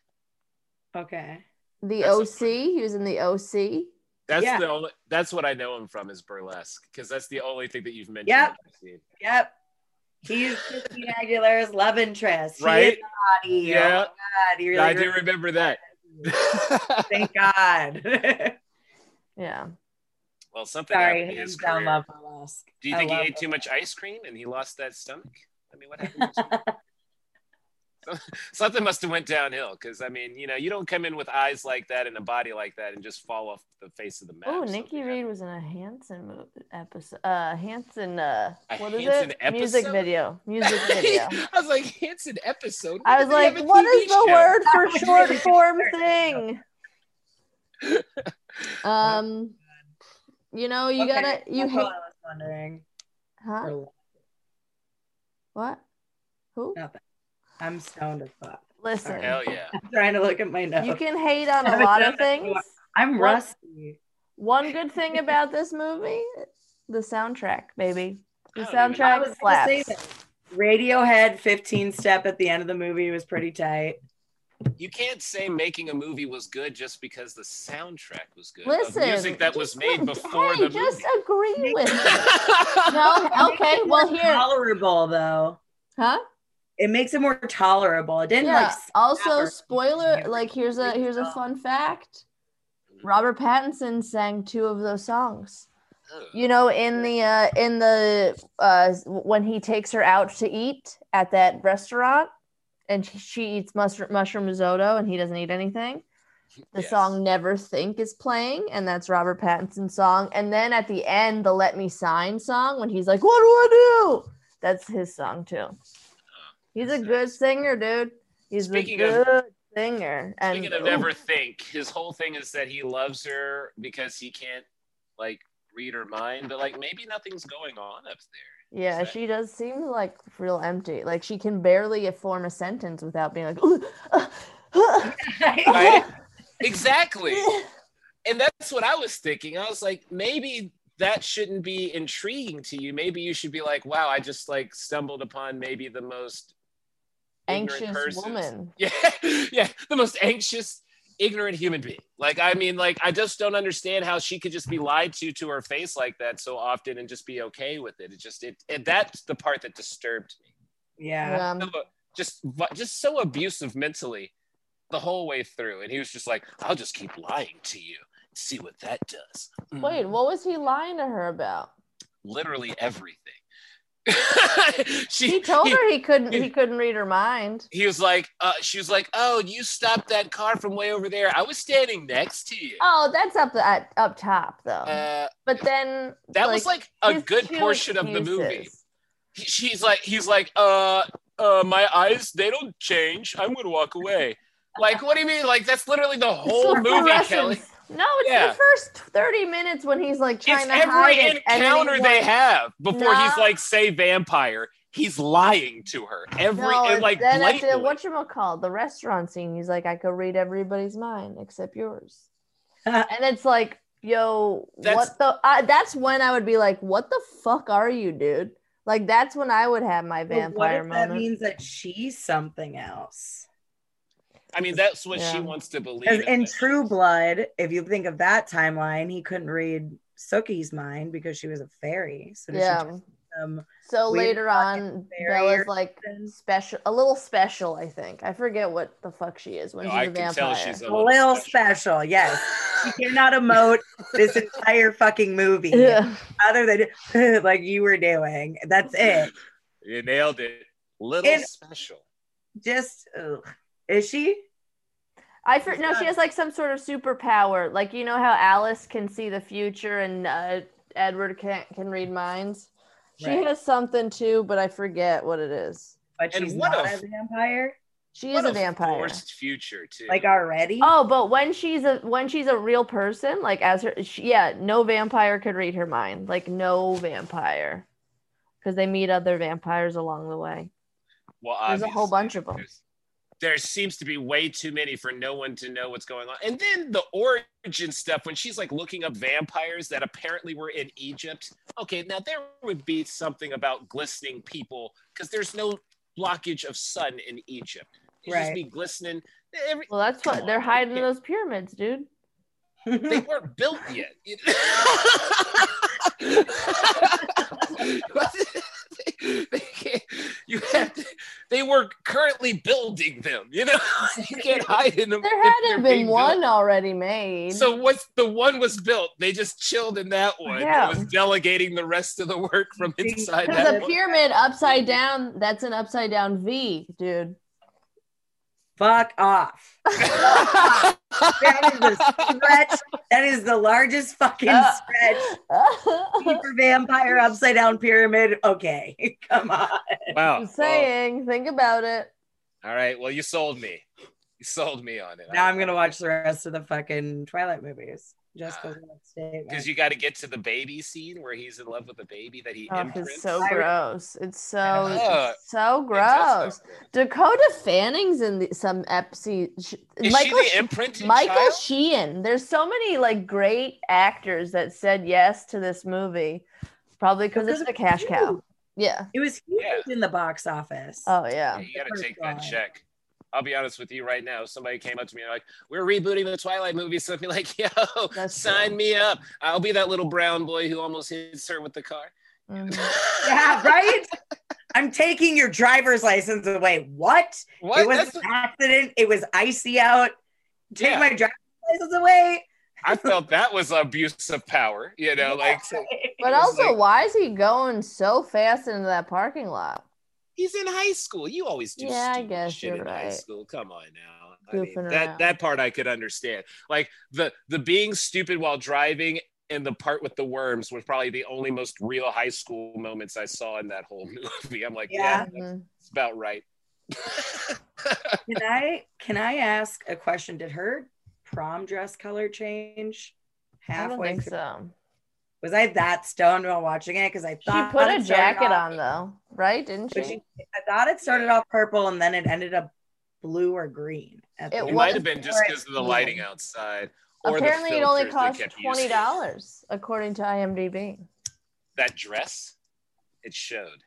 S4: okay.
S2: The
S3: That's a-
S2: OC. He was in the OC.
S3: That's
S4: Yeah.
S3: the only, that's what I know him from is burlesque because that's the only thing that you've mentioned.
S4: Yep.
S3: that I've seen.
S4: Yep. He's Christine Aguilera's love interest. He is
S3: Right?
S4: hottie.
S3: Yeah.
S4: Oh my God. He really
S3: I do remember that.
S4: Thank God.
S2: Yeah.
S3: [laughs] well, something
S4: [laughs] Sorry,
S3: happened in his
S4: hands down
S3: career.
S4: love burlesque.
S3: Do you
S4: I
S3: think he
S4: love
S3: ate too much ice cream and he lost that stomach? I mean, what happened? [laughs] So- Something must have went downhill because I mean, you know, you don't come in with eyes like that and a body like that and just fall off the face of the map.
S2: Oh,
S3: Something
S2: Nikki
S3: happened.
S2: Reed was in a Hanson movie episode. Uh, Hanson. Uh,
S3: A
S2: what is
S3: Hanson
S2: it? Music
S3: episode?
S2: video.
S3: [laughs]
S2: Music video.
S3: I was like, Hanson episode.
S2: I was
S3: Why do
S2: like,
S3: they have a
S2: what
S3: TV
S2: is the
S3: show?
S2: word for
S4: [laughs] That was
S2: short
S4: really
S2: form
S4: good.
S2: thing? um, you know, you
S4: Okay,
S2: gotta you
S4: That's all I
S2: hate.
S4: was wondering.
S2: Huh?
S4: Burlesque,
S2: What? Who?
S4: Nothing. I'm stoned as fuck. [laughs]
S2: Listen,
S3: Hell yeah.
S4: I'm trying to look at my notes.
S2: you can hate on a
S4: [laughs] Haven't
S2: lot
S4: done
S2: of
S4: it in a
S2: things.
S4: I'm
S2: What?
S4: rusty.
S2: One good thing about this movie, the soundtrack, baby. The
S3: I don't even know.
S4: I
S2: soundtrack
S4: was gonna
S2: slaps.
S4: say that. Radiohead 15 step at the end of the movie was pretty tight.
S3: You can't say making a movie was good just because the soundtrack was good. of
S2: Listen,
S3: music that was
S2: just
S3: made
S2: li-
S3: before
S2: hey,
S3: the
S2: just
S3: movie.
S2: agree
S4: [laughs]
S2: with me.
S3: no.
S2: [laughs] No, okay, well here,
S4: tolerable though.
S2: huh?
S4: It makes it more tolerable. It didn't
S2: Yeah.
S4: like
S2: Also,
S4: slapper.
S2: spoiler. Like here's a here's a fun fact. Robert Pattinson sang two of those songs. you know in the uh in the uh when he takes her out to eat at that restaurant and she, she eats mushroom mushroom risotto and he doesn't eat anything the
S3: Yes.
S2: song never think is playing and that's robert pattinson's song and then at the end the let me sign song when he's like what do i do that's his song too he's a
S3: that's
S2: good singer dude he's
S3: Speaking
S2: a
S3: of-
S2: good singer and
S3: Speaking of never think, his whole thing is that he loves her because he can't like read her mind, but like maybe nothing's going on up there.
S2: Yeah,
S3: Exact-
S2: she does seem like real empty. Like she can barely form a sentence without being like, "Ooh, uh, uh, [laughs]
S3: Right? exactly.
S2: eh."
S3: And that's what I was thinking. I was like, maybe that shouldn't be intriguing to you. Maybe you should be like, wow, I just like stumbled upon maybe the most [laughs] ignorant
S2: anxious
S3: person's-
S2: woman.
S3: Yeah, yeah, the most anxious, ignorant human being. Like, I mean, like, I just don't understand how she could just be lied to to her face like that so often and just be okay with it. It just it, it that's the part that disturbed me.
S4: yeah.
S2: Um,
S3: So, Just vi- just so abusive mentally, the whole way through, and he was just like, "I'll just keep lying to you, see what that does." Mm. [laughs]
S2: wait, what was he lying to her about?
S3: literally everything. [laughs] she
S2: He told
S3: he-
S2: her he couldn't.
S3: he-
S2: He couldn't read her mind.
S3: he was like, uh, she was like, oh, you stopped that car from way over there. I was standing next to you.
S2: Oh, that's up at, up top though.
S3: Uh,
S2: but then
S3: that was like a
S2: Um, his
S3: good
S2: two
S3: portion of the movie.
S2: excuses.
S3: He- She's like, he's like, uh, uh, my eyes, they don't change. I'm gonna walk away. Like, what do you mean? Like, that's literally the
S2: It's
S3: whole
S2: the
S3: movie,
S2: Russians.
S3: Kelly.
S2: No, it's
S3: Yeah.
S2: the first thirty minutes when he's like
S3: It's
S2: trying to
S3: every
S2: hide it, and then
S3: encounter
S2: he's
S3: they
S2: like-
S3: have before he's
S2: No.
S3: like, say vampire. He's lying to her every
S2: No,
S3: and
S2: it's-
S3: like
S2: then at the
S3: blatantly.
S2: what you call the restaurant scene, he's like, I could read everybody's mind
S3: [laughs]
S2: except yours, and it's like, yo,
S3: That's-
S2: what the? I, that's when I would be like, what the fuck are you, dude? Like that's when I would have my
S4: But what
S2: vampire
S4: if that
S2: moment.
S4: means that she's something else?
S3: I mean, that's what she
S2: Yeah.
S3: wants to believe.
S4: 'Cause
S3: at
S4: in
S3: this.
S4: True Blood, if you think of that timeline, he couldn't read Sookie's mind because she was a fairy. So does
S2: yeah.
S4: she just um,
S2: So
S4: We
S2: later
S4: fucking
S2: on,
S4: bury her
S2: Bella's like
S4: husband?
S2: special, a little special. I think I forget what the fuck she is when
S3: No,
S2: she's a
S3: I can
S2: vampire.
S3: tell
S2: [laughs]
S3: she's a
S4: a little
S3: little
S4: special, yes.
S3: special.
S4: You cannot emote this entire fucking movie
S2: yeah.
S4: other than [laughs] like you were doing. That's it.
S3: You nailed it. Little
S4: And-
S3: special.
S4: Just ugh. is she?
S2: I for, no, she has like some sort of superpower. Like you know how Alice can see the future and uh, Edward can can read minds.
S6: She
S4: Right.
S6: has something too, but I forget what it is.
S4: But
S3: And
S4: she's
S3: what
S4: not
S3: if-
S4: a vampire.
S2: She is a, vampire.
S3: Forced future too.
S4: Like already.
S2: Oh, but when she's a when she's a real person, like as her, she, yeah, no vampire could read her mind. Like no vampire, because they meet other vampires along the way.
S3: well,
S2: there's a whole
S3: obviously,
S2: bunch of 'em.
S3: there's- There seems to be way too many for no one to know what's going on. And then the origin stuff when she's like looking up vampires that apparently were in Egypt. Okay, now there would be something about glistening people because there's no blockage of sun in Egypt. You just
S4: Right.
S3: be glistening. Every-
S2: Well, that's
S3: Come
S2: what
S3: on,
S2: they're
S3: I
S2: hiding in
S3: can't-
S2: those pyramids, dude.
S3: they weren't built
S4: [laughs]
S3: yet. [laughs] they, can't, you have to, they were currently building them. You know, [laughs] you can't hide in them.
S2: There
S3: if
S2: hadn't
S3: they're
S2: been
S3: being
S2: one
S3: built.
S2: already made.
S3: So what's the one was built? They just chilled in that one.
S2: Yeah.
S3: It was delegating the rest of the work from inside
S2: Because
S3: that
S2: a
S3: one.
S2: pyramid upside down, that's an upside down V, dude.
S4: [laughs] Fuck off. That is
S2: [laughs]
S4: a stretch. That is the largest fucking
S2: Uh. [laughs]
S4: stretch. Super vampire upside down pyramid. Okay, [laughs] come on.
S3: wow.
S2: I'm saying, think about it.
S3: All right. Well, you sold me. You sold me on it.
S4: Now I'm gonna watch the rest of the fucking Twilight movies. Just because of that
S3: because
S4: statement.
S3: Uh, you got to get to the baby scene where he's in love with the baby that he
S2: Oh,
S3: imprints.
S2: it's so
S4: I-
S2: gross. It's so
S3: Yeah.
S2: it's so
S3: It does
S2: gross.
S3: sound good.
S2: Dakota Fanning's in the, some Epsi. sh-
S3: Is
S2: Michael,
S3: she the imprinted
S2: Michael
S3: child?
S2: Sheehan. There's so many like great actors that said yes to this movie, probably because it's
S4: Dakota
S2: a cash cow.
S4: Fanning.
S2: Yeah.
S4: It was huge in the box office.
S2: Oh yeah.
S3: Yeah, you got to
S4: First
S3: take that
S4: guy.
S3: check. I'll be honest with you right now. if Somebody came up to me and like, "We're rebooting the Twilight movie," so [laughs] I'd be like, "Yo,
S2: That's
S3: sign
S2: true.
S3: me up. I'll be that little brown boy who almost hits her with the car."
S2: Mhm.
S4: Yeah, right. I'm taking your driver's license away. What?
S3: [laughs] What?
S4: It
S2: [laughs]
S4: was
S3: That's-
S4: an accident. It was icy out. Take
S3: yeah,
S4: my driver's license away.
S3: I felt that was abuse of power. You know, like
S4: [laughs]
S3: so-
S2: But
S3: It was
S2: also,
S3: like-
S2: why is he going so fast into that parking lot?
S3: he's in high school. You always do
S2: Yeah, I
S3: stupid
S2: guess
S3: shit
S2: you're
S3: in high
S2: right.
S3: school. Come on now. I mean,
S2: Goofing
S3: that
S2: around.
S3: that part I could understand. Like the the being stupid while driving and the part with the worms was probably the only most real high school moments I saw in that whole [laughs] movie. I'm like, yeah,
S4: Yeah.
S3: that's,
S2: Mhm.
S3: that's about right.
S4: can I can I ask a question? Did her prom dress color change
S2: I don't
S4: halfway?
S2: think
S4: through?
S2: so.
S4: Was I that stoned while watching it? Because I
S2: She
S4: thought
S2: put
S4: it
S2: a
S4: started
S2: jacket
S4: off-
S2: on though, right? Didn't
S4: but
S2: she?
S4: she- I thought it started off purple and then it ended up blue or green. at
S2: It
S4: the
S3: It
S2: was-
S4: end.
S3: might have been just because of the
S4: Yeah.
S3: lighting outside. Or
S2: Apparently,
S3: the
S2: it only
S3: filters they
S2: cost
S3: kept
S2: twenty
S3: using.
S2: dollars, according to IMDb.
S3: That dress, it showed.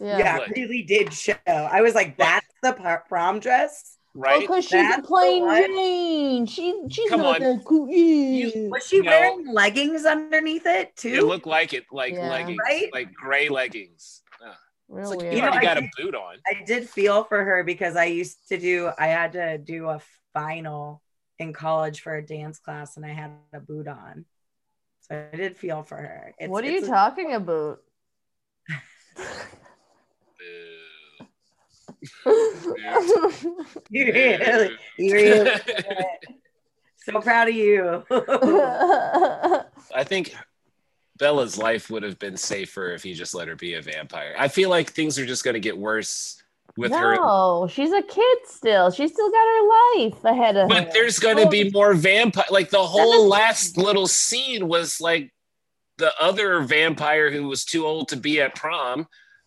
S2: Yeah.
S4: Yeah,
S3: Look.
S4: it really did show. I was like, that's the par- prom dress.
S2: Oh,
S3: Right?
S2: because she's
S4: That's
S2: a
S4: the
S2: plain
S4: one.
S2: Jane. She she's
S3: Come
S2: not
S3: on.
S2: that cool. Yeah.
S4: Was she
S3: No.
S4: wearing leggings underneath it too?
S3: it looked like it, like
S2: Yeah.
S3: leggings,
S4: Right?
S3: like gray leggings. Uh,
S2: Real
S3: it's like,
S2: weird.
S3: you
S4: know,
S3: already
S4: I
S3: got a
S4: think-
S3: boot on.
S4: I did feel for her because I used to do I had to do a final in college for a dance class and I had a boot on. So I did feel for her. It's-
S2: what are you
S4: it's a-
S2: talking about?
S4: You [laughs] really, you really did it. so proud
S2: [laughs]
S4: of you.
S3: [laughs]
S4: [laughs]
S3: I think Bella's life would have been safer if he just let her be a vampire. I feel like things are just going to get worse with her.
S2: no, she's a kid still. She's still got her life ahead of her.
S3: But there's going to be more vampire. Like the whole last little scene was like the other vampire who was too old to be at prom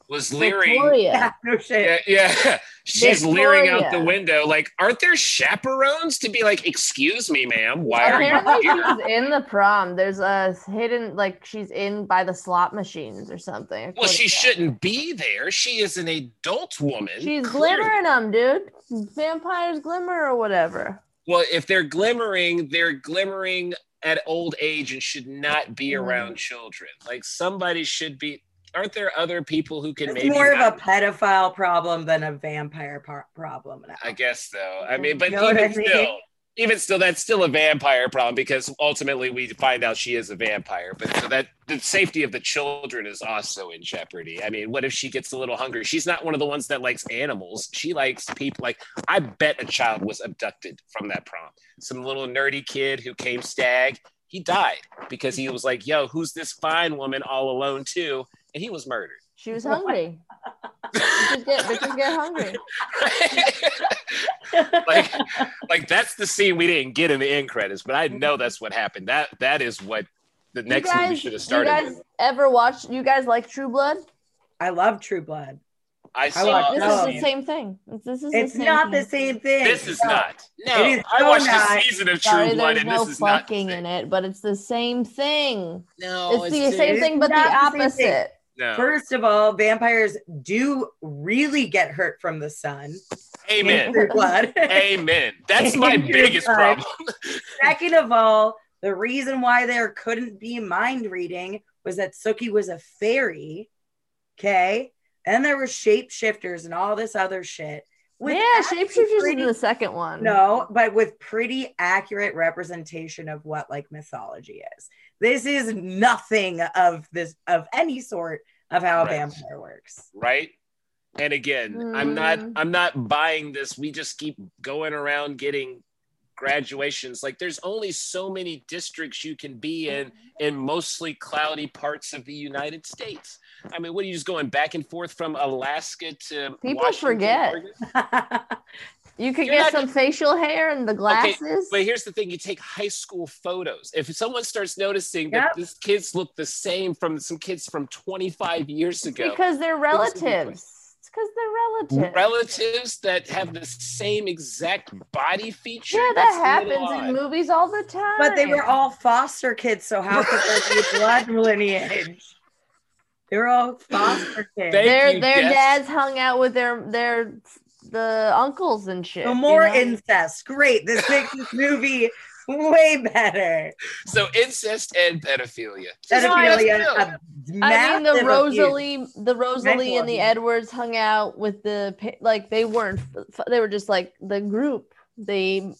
S3: was leering.
S2: Victoria.
S4: yeah, no shit.
S3: Yeah, yeah. [laughs] she's leering out the
S2: Victoria.
S3: window. Like, aren't there chaperones to be like, "Excuse me, ma'am, why are you
S2: Apparently
S3: here?"
S2: she's in the prom. There's a hidden like she's in by the slot machines or something.
S3: Well, she shouldn't be there. She is an adult woman.
S2: She's
S3: clearly.
S2: glimmering them, dude. Vampires glimmer or whatever.
S3: Well, if they're glimmering, they're glimmering at old age and should not be
S4: Mm.
S3: around children. Like somebody should be. Aren't there other people who can
S4: It's
S3: maybe?
S4: more
S3: not-
S4: of a pedophile problem than a vampire par- problem. Now.
S3: I guess though. I mean, but
S4: Mm-hmm. You know what
S3: even
S4: I mean?
S3: still, even still, that's still a vampire problem because ultimately we find out she is a vampire. But so that the safety of the children is also in jeopardy. I mean, what if she gets a little hungry? She's not one of the ones that likes animals. She likes people. Like I bet a child was abducted from that prom. Some little nerdy kid who came stag. He died because he was like, "Yo, who's this fine woman all alone too?" And he was murdered.
S2: She was hungry. bitches, get, bitches get
S3: [laughs]
S2: hungry.
S3: like, like that's the scene we didn't get in the end credits, but I know that's what happened. That that is what the next
S2: you
S3: movie
S2: guys,
S3: should have
S2: you
S3: started.
S2: guys
S3: with.
S2: ever watched? You guys like True Blood?
S4: I love True Blood.
S3: I
S4: I watched
S3: saw
S2: This
S4: Uh, no.
S2: is the same thing. This is
S4: It's
S2: the same
S4: not
S2: thing.
S4: the same thing.
S3: this is
S4: No.
S3: not. No,
S4: It is
S3: I
S4: so
S3: watched a
S4: not.
S3: season of True
S2: Sorry,
S3: Blood,
S2: there's
S3: and
S2: no
S3: this is not.
S2: fucking in it, but it's the same thing.
S3: No,
S2: it's the same
S4: it's
S2: thing, but the
S4: not the same thing.
S2: opposite.
S3: No.
S4: First of all, vampires do really get hurt from the sun.
S3: Amen.
S4: True
S3: [laughs]
S4: Blood.
S3: Amen. That's
S2: [laughs]
S3: my
S4: True
S3: biggest
S4: Blood.
S3: problem.
S4: [laughs] Second of all, the reason why there couldn't be mind reading was that Suki was a fairy. Okay. And there were shapeshifters and all this other shit. With
S2: yeah,
S4: actually
S2: shapeshifters in
S4: pretty-
S2: the second one.
S4: No, but with pretty accurate representation of what like mythology is. This is nothing of this of any sort of how
S3: Right.
S4: a vampire works. [laughs]
S3: right and again i'm not
S2: Mm.
S3: i'm not buying this we just keep going around getting graduations like there's only so many districts you can be in in mostly cloudy parts of the united states i mean what are you just going back and forth from alaska to
S2: People
S3: Washington,
S2: forget.
S3: Oregon?
S2: You could
S3: You're
S2: get
S3: not-
S2: some facial hair and the glasses.
S3: But here's the thing: you take high school photos. If someone starts noticing that
S4: Yep.
S3: these kids look the same from some kids from 25 years ago,
S2: because they're
S3: This is a good
S2: relatives. It's because they're relatives.
S3: relatives that have the same exact body feature.
S2: yeah,
S3: That's
S2: that
S3: a little
S2: happens in
S3: odd.
S2: movies all the time.
S4: but they were all foster kids, so how could there be blood lineage? They were all foster kids.
S3: They-
S2: their
S3: you,
S2: their
S3: Jess.
S2: dads hung out with their their the uncles and shit.
S4: so more
S2: you know?
S4: incest. Great. This makes this movie way better.
S3: So incest and pedophilia.
S4: That
S2: No, I-
S4: Ophelia,
S3: That's
S4: a
S2: I mean,
S4: massive
S2: the
S4: abuse.
S2: Rosalie, the Rosalie
S4: Mental
S2: and the
S4: abuse.
S2: Edwards hung out with the pa- like they weren't. f- They were just like the group. They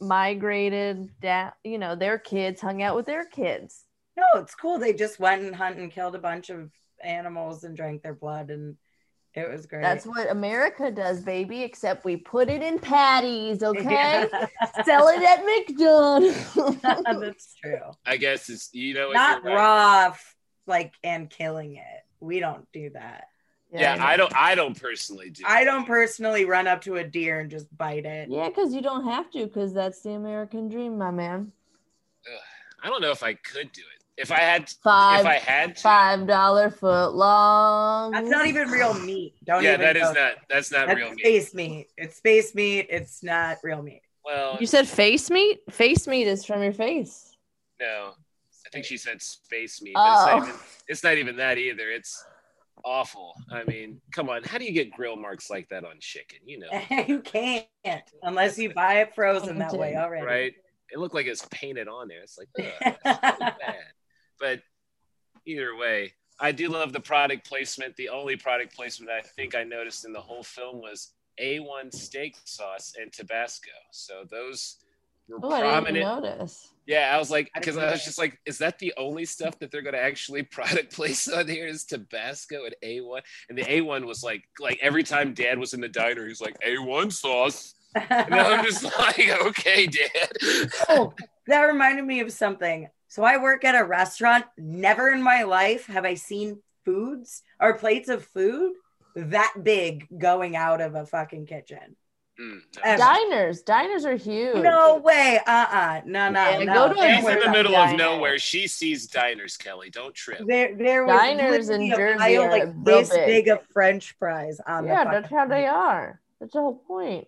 S2: migrated down. You know, their kids hung out with their kids.
S4: No, it's cool. They just went and hunt and killed a bunch of animals and drank their blood, and it was great.
S2: That's what America does, baby. Except we put it in [laughs] patties, okay?
S4: [laughs] Yeah.
S2: Sell it at [laughs] McDonald's.
S4: [laughs] That's
S3: [laughs]
S4: true.
S3: I guess it's you know what,
S4: Not
S3: you're right.
S4: raw, f- like and killing it. We don't do that.
S3: Yeah, I don't. I don't personally do.
S4: I
S3: that.
S4: don't personally run up to a deer and just bite it.
S2: Yeah, because you don't have to, because that's the American dream, my man.
S3: I don't know if I could do it. If I had, to,
S2: Five
S3: if I had to,
S2: Um, five dollar foot long.
S4: That's not even real meat. Don't
S3: yeah,
S4: even
S3: that is
S4: go-
S3: not. That's not
S4: That's
S3: real meat.
S4: space meat. It's space meat. It's not real meat.
S3: Well,
S2: You said face meat? Face meat is from your face.
S3: no. I think she said space meat. But it's, not even,
S2: Oh,
S3: it's not even that either. It's awful. I mean, come on. How do you get grill marks like that on chicken? You know.
S4: [laughs] you can't unless you buy it frozen that way already. [laughs]
S3: right? It looked like it's painted on there. It's like, ugh, that's so bad. But either way, I do love the product placement. The only product placement I think I noticed in the whole film was A1 steak sauce and Tabasco. So those were
S2: Ooh, Oh, I didn't even
S3: prominent.
S2: [laughs] notice.
S3: Yeah, I was like, because I was
S4: Okay.
S3: just like, is that the only stuff that they're going to actually [laughs] product place on here is Tabasco and A1? And the A1 was like, like every time Dad was in the diner, he's like, A1 sauce. And I'm
S2: [laughs]
S3: just like, okay, Dad. [laughs] Mm,
S4: oh, that reminded me of something. So I work at a restaurant. Never in my life have I seen foods or plates of food that big going out of a fucking kitchen.
S3: Mm, no.
S4: Ever.
S2: Diners, diners are huge.
S4: No way. Uh uh No, no.
S2: Yeah,
S4: no.
S2: go to a
S3: She's in
S2: Where's
S3: the
S2: that
S3: middle
S2: diner?
S3: of nowhere. She sees diners, Kelly. Don't trip.
S4: There, there was
S2: Diners in
S4: literally a
S2: Jersey
S4: aisle
S2: are
S4: like
S2: real
S4: this
S2: big.
S4: big. of French fries on
S2: Yeah,
S4: the.
S2: that's
S4: fucking
S2: how they
S4: menu.
S2: are. That's the whole point.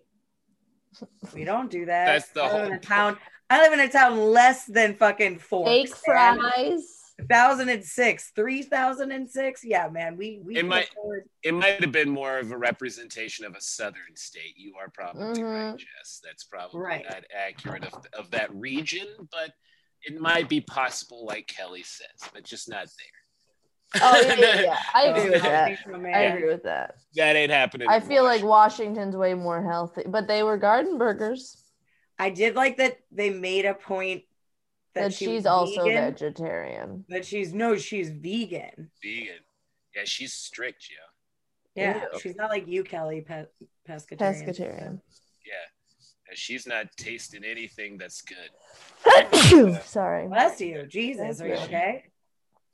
S4: We don't do that.
S3: That's the
S4: I live
S3: whole
S4: in a
S3: point.
S4: town. I live in a town less than fucking four.
S7: Fake fries.
S4: Thousand and six, three thousand and six. Yeah, man. We we
S3: It
S4: can
S3: might-
S4: afford-
S3: It might have been more of a representation of a southern state. You are probably
S2: Mm-hmm.
S3: right, Jess. That's probably
S4: Right.
S3: not accurate of, of that region, but it might be possible, like Kelly says, but just not there.
S2: Oh
S3: [laughs]
S2: yeah, yeah, [laughs] yeah. I
S4: Oh,
S2: agree with that.
S4: I'm a
S2: I
S4: man.
S2: agree with that.
S3: That ain't happening.
S2: I
S3: in
S2: feel like
S3: Washington.
S2: Washington's way more healthy, but they were garden burgers.
S4: I did like that they made a point that,
S2: That
S4: she
S2: she's
S4: was
S2: also
S4: vegan,
S2: vegetarian.
S4: That she's no, she's vegan.
S3: vegan. Yeah, she's strict, yo.
S4: Yeah,
S3: Ew.
S4: she's not like you, Kelly, pe- pescatarian.
S2: Pescatarian.
S3: Yeah. Yeah, She's not tasting anything that's good.
S2: [coughs] Sorry.
S4: Bless you, Jesus. Are
S2: Thank
S4: you
S2: you.
S4: okay?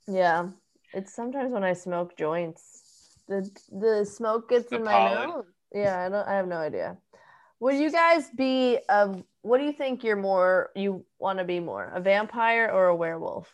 S2: Yeah. It's sometimes when I smoke joints. The the smoke gets
S3: The
S2: in my
S3: pollen.
S2: nose. Yeah, I don't I have no idea. Would you guys be of what do you think you're more you want to be more? A vampire or a werewolf?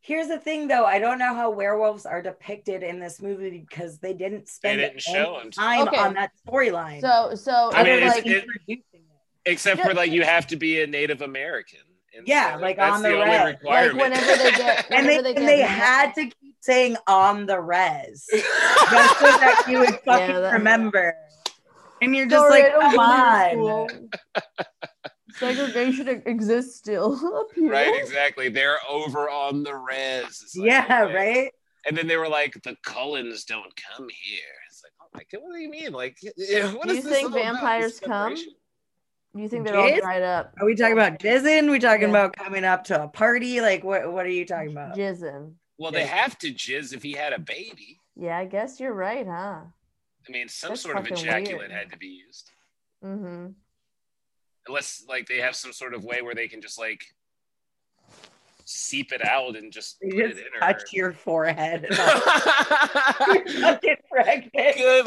S4: Here's the thing, though. I don't know how werewolves are depicted in this movie because they didn't spend
S3: didn't show 'em.
S4: any time
S2: Okay.
S4: on that storyline.
S2: So so
S3: I mean,
S2: it's
S3: it's-
S2: like
S3: it-
S4: introducing it.
S3: Except for like you have to be a Native American. And
S4: Yeah, like
S3: that's
S4: on
S3: the,
S4: the
S3: only
S4: red. Like,
S3: requirement.
S2: whenever they get-
S4: [laughs] and they,
S2: Whenever they
S4: and
S2: get
S4: they
S2: mad.
S4: had to keep saying on the res just so that you would
S2: [laughs] Yeah,
S4: fucking
S2: that-
S4: remember. And you're just like, "Oh,
S2: Dorito
S4: come
S2: Middle
S4: on.
S2: School.
S4: [laughs]
S2: Segregation e- exists still [laughs] up here.
S3: [laughs] Right, exactly. They're over on the res. It's like,
S4: yeah,
S3: okay.
S4: right?
S3: And then they were like, the Cullens don't come here. It's like, oh my god, what do you mean? Like, eh, what
S2: Do
S3: is
S2: you
S3: this
S2: think
S3: all about,
S2: vampires
S3: this
S2: come?
S3: separation?
S2: You think they're all
S4: Jizz?
S2: dried up?
S4: Are we talking about jizzing? We talking
S2: Yeah.
S4: about coming up to a party? Like, what What are you talking about?
S2: Jizzing.
S3: Well, they
S4: Yeah.
S3: have to jizz if he had a baby.
S2: Yeah, I guess you're right, huh?
S3: I mean, some
S2: That's
S3: sort of
S2: fucking
S3: ejaculate
S2: weird.
S3: had to be used.
S2: Mm-hmm.
S3: Unless, like, they have some sort of way where they can just, like, seep it out and just
S4: You
S3: put
S4: just
S3: it in her.
S4: touch
S3: [laughs]
S4: your forehead. You're
S3: Good
S4: fucking pregnant.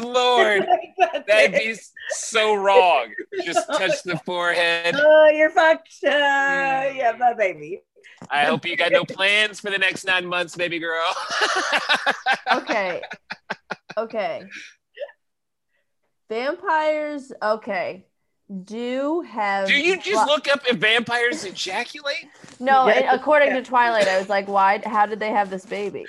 S3: [laughs]
S2: [laughs]
S3: lord.
S4: That's
S3: That'd
S4: it.
S3: be so wrong. Just touch
S2: [laughs]
S3: the forehead.
S4: Oh, you're fucked. Uh, yeah,
S3: Mm.
S4: my baby. [laughs]
S3: I hope you got no plans for the next nine months, baby girl. [laughs]
S2: Okay. okay. Vampires, okay. Do have
S3: Do you
S2: Wha-
S3: just look up if vampires ejaculate?
S2: No,
S4: Yeah.
S2: and according to Twilight, I was like, why? How did they have this baby?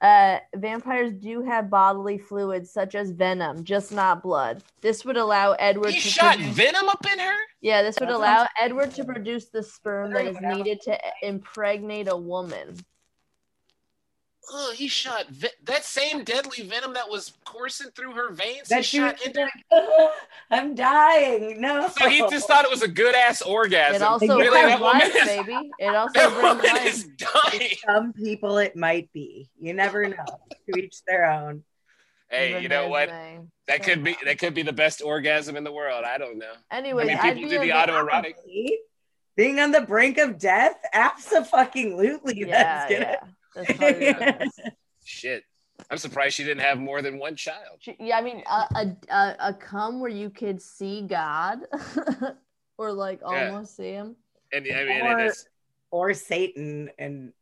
S2: Uh, vampires do have bodily fluids such as venom, just not blood. This would allow Edward.
S3: He
S2: to
S3: shot
S2: produce-
S3: venom up in her?
S2: yeah, this would
S4: That
S2: allow
S4: sounds-
S2: Edward to produce the sperm that
S4: Wondering
S2: is
S4: what else.
S2: needed to impregnate a woman.
S3: Oh, he shot ve- that same deadly venom that was coursing through her veins.
S4: That
S3: he
S4: she was
S3: shot
S2: [laughs]
S3: into her.
S4: I'm dying. No.
S3: So he just thought it was a good ass orgasm.
S2: It also
S4: Really,
S2: brings
S4: that
S3: woman
S2: life,
S3: is-
S2: baby. It also
S3: that
S2: brings
S3: woman
S2: life.
S3: is dying.
S4: Some people it might be. You never know. to each their own.
S3: Hey, you know what?
S2: Amazing.
S3: That could be that could be the best orgasm in the world. I don't know. I
S2: Anyways,
S3: mean,
S2: I'd
S3: people
S2: be
S3: do
S2: a
S3: the
S2: va-
S3: [laughs] autoerotic.
S4: Being on the brink of death? Absolutely.
S2: Yeah,
S4: [laughs] That's
S2: yeah.
S4: good.
S2: That's
S3: [laughs]
S2: probably the best.
S3: Shit, I'm surprised she didn't have more than one child.
S2: Sh- Yeah, I mean, a a, a, a cum where you could see God, [laughs] or like
S3: Yeah.
S2: almost see him.
S3: And I mean,
S4: Or-
S3: it is.
S4: Or Satan and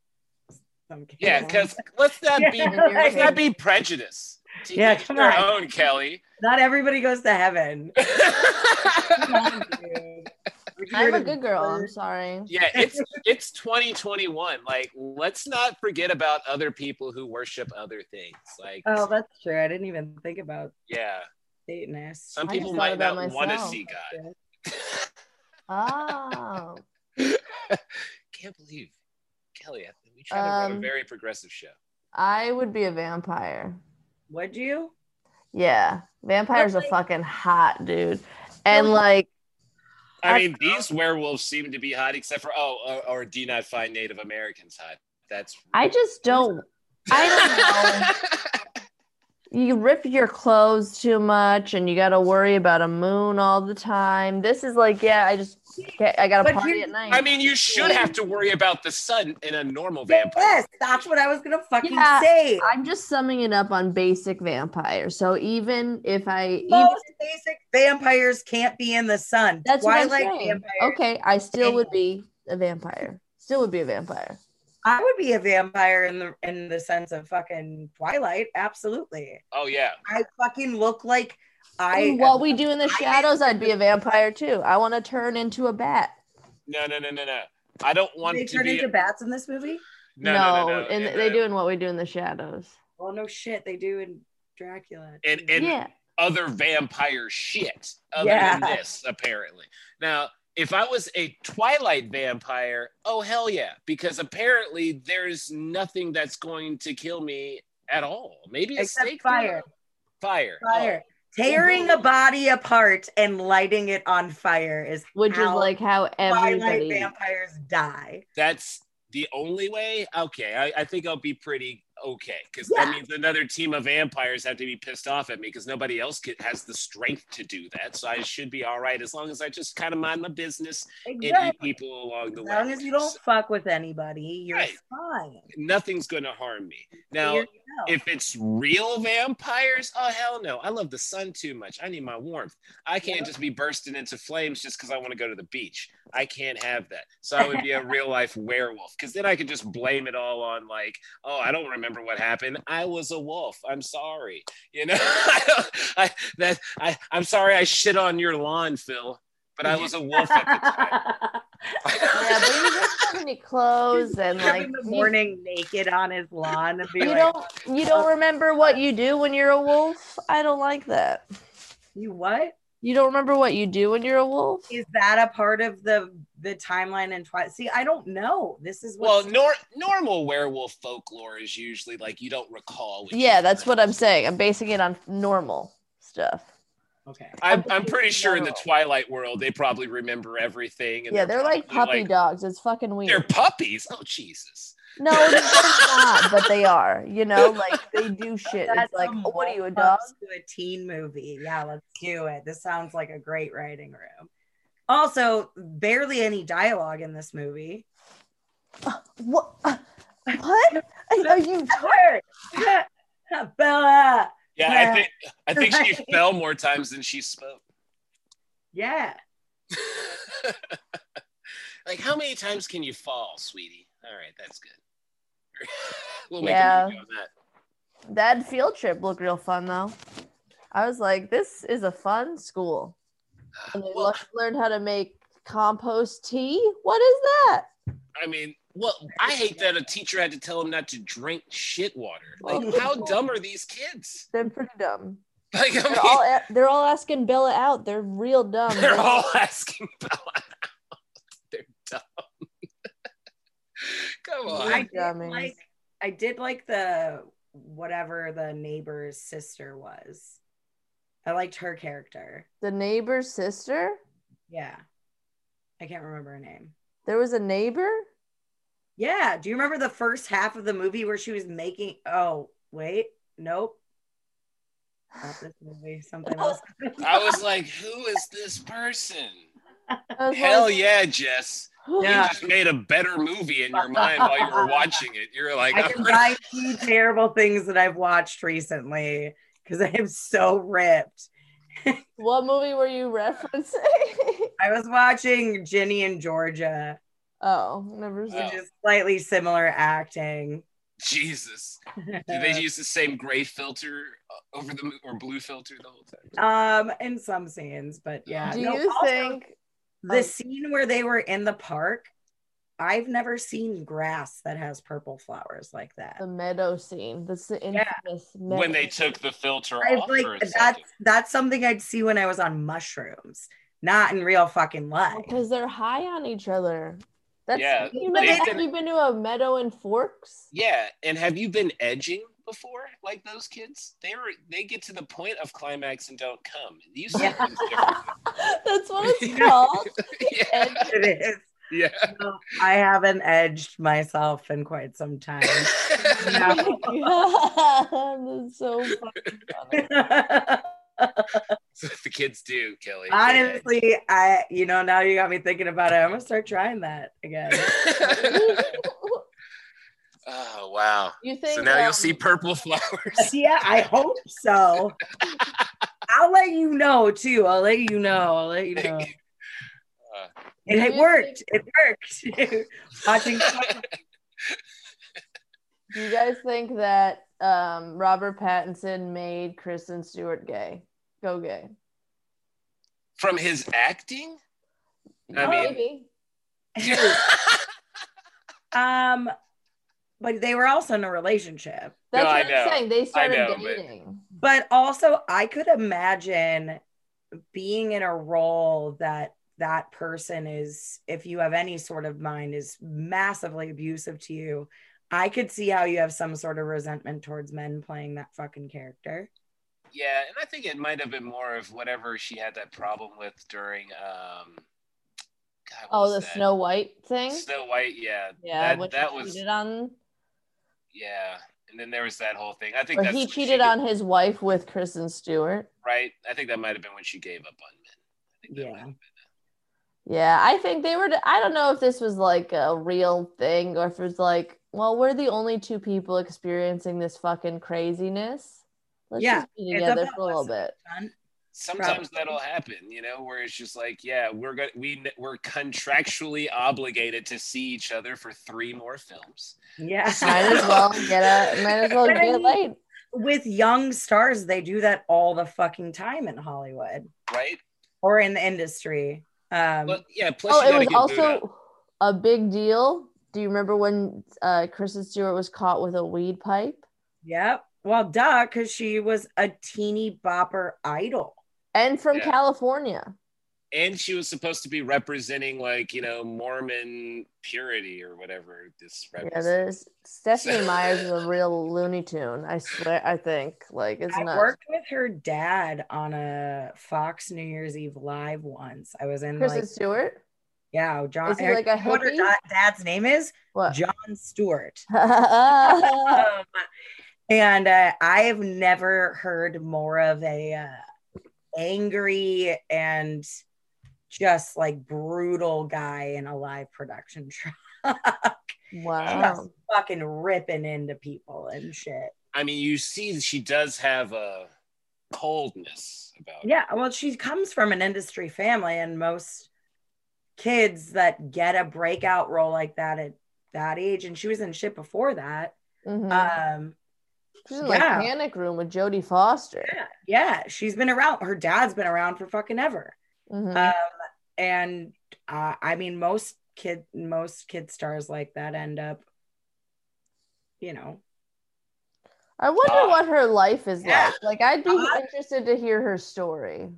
S4: some cases.
S3: Yeah, because let's not be
S4: Yeah,
S3: let's
S4: like-
S3: not be prejudiced. To
S4: Yeah,
S3: each
S4: come
S3: their
S4: on.
S3: own, Kelly.
S4: [laughs]
S3: [laughs]
S4: Not everybody goes to heaven. Come on, dude. We're here
S2: I'm a
S4: to
S2: good girl. I'm
S4: learn.
S2: sorry.
S3: yeah, it's it's 2021. Like, let's not forget about other people who worship other things. Like,
S4: [laughs] Oh, that's true. I didn't even think about
S3: yeah,
S4: Satanists.
S3: some
S2: I just
S3: people
S2: thought
S3: might
S2: about
S3: not want to
S2: myself.
S3: see God.
S2: Oh,
S3: Can't believe, Kelly. I think We try to run a
S2: Um,
S3: very progressive show.
S2: I would be a vampire.
S4: Would you?
S2: Yeah, vampires are
S4: like-
S2: fucking hot, dude. And
S4: Really?
S2: like,
S3: I mean, these werewolves seem to be hot, except for oh, or, or do you not find Native Americans hot? That's
S2: I just don't. I [laughs] don't know. You rip your clothes too much, and you got to worry about a moon all the time. This is like, yeah, I just I got to
S4: But
S2: party
S4: you-
S2: at night.
S3: I mean, you should have to worry about the sun in a normal vampire.
S4: Yes, that's what I was gonna fucking
S2: Yeah,
S4: say.
S2: I'm just summing it up on basic vampire. So even if I, even,
S4: Most basic vampires can't be in the sun.
S2: that's
S4: Why
S2: what I'm
S4: like
S2: saying.
S4: vampires?
S2: Okay, I still would be a vampire. Still would be a vampire.
S4: I would be a vampire in the in the sense of fucking Twilight. Absolutely.
S3: Oh yeah.
S4: I fucking look like I.
S2: And what we do in the shadows, I'd be a vampire too. I want to turn into a bat.
S3: No, no, no, no, no. I don't want
S4: they
S3: to
S4: turn
S3: be.
S4: into bats in this movie?
S3: no, no, no, no.
S2: and
S3: In
S2: they
S3: the-
S2: do in what we do in the shadows.
S4: Well, Oh, no shit, they do in Dracula.
S3: And- and-
S2: yeah,
S3: other vampire shit other than
S4: Yeah.
S3: this, apparently. Now, if I was a Twilight vampire, oh hell yeah, because apparently there's nothing that's going to kill me at all. Maybe a
S4: Except
S3: snake.
S4: fire.
S3: Fire. Oh,
S4: fire. Tearing a body apart and lighting it on fire is
S2: which is
S4: how
S2: like how
S4: Twilight
S2: everybody.
S4: vampires die.
S3: Oh, that's the only way. Okay, I, I think I'll be pretty okay because
S4: Yeah.
S3: that means another team of vampires have to be pissed off at me because nobody else could, has the strength to do that. So I should be all right as long as I just kind of mind my business and eat
S4: Exactly.
S3: people along the
S4: As
S3: way.
S4: long as you don't fuck with anybody, you're
S3: Right.
S4: fine.
S3: nothing's going to harm me.
S4: You're
S3: Now,
S4: yourself.
S3: if it's real vampires, oh hell no! I love the sun too much. I need my warmth. I can't just be bursting into flames just because I want to go to the beach. I can't have that. So I would
S2: [laughs]
S3: be a real life werewolf because then I could just blame it all on like, oh, I don't remember what happened. I was a wolf. I'm sorry. You know, [laughs] I, don't, I that I I'm sorry. I shit on your lawn, Phil. But I was a wolf
S2: [laughs]
S3: at
S4: [laughs]
S3: the time.
S2: Yeah, but you get so many clothes and
S4: Like,
S2: like
S4: in the
S2: you-
S4: morning naked on his lawn and be
S2: you
S4: like, Oh.
S2: don't you don't remember what you do when you're a wolf. I don't like that.
S4: you what?
S2: You don't remember what you do when you're a wolf.
S4: Is that a part of the the timeline and Twilight? See, I don't know. This is
S3: Well,
S4: what
S3: nor- normal werewolf folklore is usually like you don't recall. what you
S2: Yeah, that's
S3: did.
S2: what I'm saying. I'm basing it on normal stuff.
S4: okay.
S3: I'm, I'm pretty sure in the Twilight world they probably remember everything. and
S2: Yeah, they're like
S3: probably
S2: puppy dogs. It's fucking
S3: they're
S2: weird.
S3: puppies. Oh Jesus!
S2: No, they're not, but they are. You know, like they do shit. It's like,
S4: some
S2: oh, what are you, a
S4: walk
S2: dog?
S4: up To a teen movie. Yeah, let's do it. This sounds like a great writing room. Also, barely any dialogue in this movie. [laughs]
S2: What? [laughs] What? Are you?
S4: Bella.
S3: Yeah, I
S4: Yeah.
S3: think I think she
S2: [laughs]
S4: Right.
S3: fell more times than she spoke. [laughs]
S4: Yeah.
S3: like how many times can you fall, sweetie? All right, that's good. [laughs] we'll make
S2: Yeah.
S3: a movie on that.
S2: That field trip looked real fun though. I was like, this is a fun school. And they
S3: Well-
S2: le- learned how to make compost tea. What is that?
S3: I mean, well, I hate that a teacher had to tell him not to drink shit water. Like,
S2: Well-
S3: how dumb are these kids? [laughs]
S2: They're pretty dumb.
S3: Like, [laughs] I mean,
S2: They're all a- they're all asking Bella out. They're real dumb.
S4: Um,
S3: They're all asking about [laughs] They're dumb. [laughs] Come on.
S4: I did
S2: Dummies.
S4: like I did like the whatever the neighbor's sister was. I liked her character.
S2: the neighbor's sister.
S4: Yeah. I can't remember her name.
S2: There was a neighbor.
S4: Yeah. Do you remember the first half of the movie where she was making oh wait, nope. Not this movie,
S3: [laughs]
S4: something else.
S3: I was like, who is this person?
S2: I was
S3: Hell
S2: like, [laughs]
S3: yeah, Jess.
S2: who-
S3: You
S4: Yeah.
S3: just made a better movie in your mind while you were watching it. You're like, [laughs]
S4: I can
S3: I'm
S4: buy two terrible things that I've watched recently because I am so ripped.
S2: What movie were you referencing? [laughs]
S4: I was watching Ginny and Georgia,
S2: oh, never seen.
S3: Oh.
S4: which is slightly similar acting. [laughs]
S3: Jesus. Did they use the same gray filter uh, over the mo- or blue filter the whole time?
S4: um in some scenes but yeah
S2: Do
S4: No,
S2: you
S4: also,
S2: think?
S4: the scene where they were in the park i've never seen grass that has purple flowers like that
S2: The meadow scene. That's the
S4: Yeah.
S2: infamous meadow.
S3: When they took the filter
S4: i
S3: off for
S4: like
S3: a second.
S4: that's that's something i'd see when i was on mushrooms not in real fucking life
S2: because they're high on each other. That's
S3: Yeah,
S2: you
S4: but
S2: never
S4: they
S2: have you been to a meadow and forks? [laughs]
S3: Yeah, and have you been edging before? like those kids, they were they get to the point of climax and don't come. These something's different.
S2: That's what
S3: [laughs]
S2: it's [laughs] called.
S3: yeah.
S4: [laughs]
S3: [laughs]
S4: It is.
S3: yeah.
S4: No, I haven't edged myself in quite
S3: [laughs]
S4: some time.
S2: That's so
S3: [laughs]
S2: fucking funny.
S3: That's what the kids do, Kelly.
S4: [laughs] Honestly, I you know now you got me thinking about it. I'm gonna start trying that
S3: [laughs]
S4: again.
S3: oh wow.
S2: You think
S3: So now
S2: um,
S3: you'll see purple [laughs] flowers.
S4: yeah, I hope so. I'll let you know too. I'll let you know. I'll let you know. It, it worked. It worked. [laughs] Watching
S2: Do you guys think that um, Robert Pattinson made Kristen Stewart gay? Go gay.
S3: From his
S2: [laughs]
S3: acting? I mean-
S2: Maybe.
S4: um, but they were also in a relationship.
S2: That's
S3: No, I
S2: what I'm
S3: know.
S2: saying. They started
S3: know, but-
S2: dating.
S4: but also i could imagine being in a role that that person is if you have any sort of mind is massively abusive to you i could see how you have some sort of resentment towards men playing that fucking character
S3: Yeah, and I think it might have been more of whatever she had that problem with during um God, what
S2: Oh,
S3: was
S2: the
S3: that?
S2: Snow White thing.
S3: Snow White, yeah.
S2: yeah,
S3: that,
S2: which
S3: that
S2: he
S3: was
S2: cheated on,
S3: yeah. And then there was that whole thing. I think
S2: or
S3: that's
S2: he
S3: when she
S2: cheated
S3: gave-
S2: on his wife with Kristen Stewart.
S3: right. I think that might have been when she gave up on men. I think that
S4: Yeah.
S3: might have been-
S2: Yeah, I think they were. I don't know if this was like a real thing or if it's like, well, we're the only two people experiencing this fucking craziness. Let's
S4: Yeah,
S2: just be
S4: it's
S2: together
S4: about
S2: for a little
S4: listen.
S2: bit.
S3: Sometimes
S4: Probably.
S3: that'll happen, you know, where it's just like, yeah, we're going to we we're contractually obligated to see each other for three more films.
S4: yeah
S2: Might as well get a. Might
S3: [laughs]
S2: as well
S4: But I
S2: get
S4: mean-
S2: laid.
S4: [laughs] with young stars they do that all the fucking time in hollywood
S3: right?
S4: or in the industry um
S3: Well, yeah. Plus,
S2: Oh,
S3: you
S2: it
S3: gotta
S2: was
S3: get booed up.
S2: also a big deal. Do you remember when uh, Kristen Stewart was caught with a weed pipe?
S4: yep well duh because she was a teeny bopper idol
S2: And from
S3: Yeah.
S2: California.
S3: and she was supposed to be representing like you know Mormon purity or whatever this
S2: Yeah,
S3: represents.
S2: there's
S3: [laughs]
S2: Stephanie Myers is a real Looney Tune. I swear, I think like it's
S4: I
S2: not.
S4: worked with her dad on a Fox New Year's Eve live once. I was in
S2: Kristen
S4: like
S2: Stewart.
S4: yeah, John.
S2: Is he like a
S4: you know what her
S2: hippie? Uh.
S4: da- dad's name is
S2: [laughs] What?
S4: John Stewart. [laughs]
S2: I
S4: Um, and uh, I have never heard more of a uh, angry and just like brutal guy in a live production [laughs] truck,
S2: wow.
S4: fucking ripping into people and shit.
S3: I mean, you see, she does have a coldness about. her.
S4: Yeah, well, she comes from an industry family, and most kids that get a breakout role like that at that age, and she was in shit before that.
S2: Mhm.
S4: Um,
S2: She's in like
S4: yeah.
S2: Panic Room with Jodie Foster.
S4: yeah, yeah, she's been around. Her dad's been around for fucking ever.
S2: Mhm.
S4: Um, and uh, I mean, most kid, most kid stars like that end up, you know,
S2: I wonder
S3: God.
S2: what her life is
S4: Yeah.
S2: like. Like, I'd be
S3: Uh-huh.
S4: God.
S2: interested to hear her story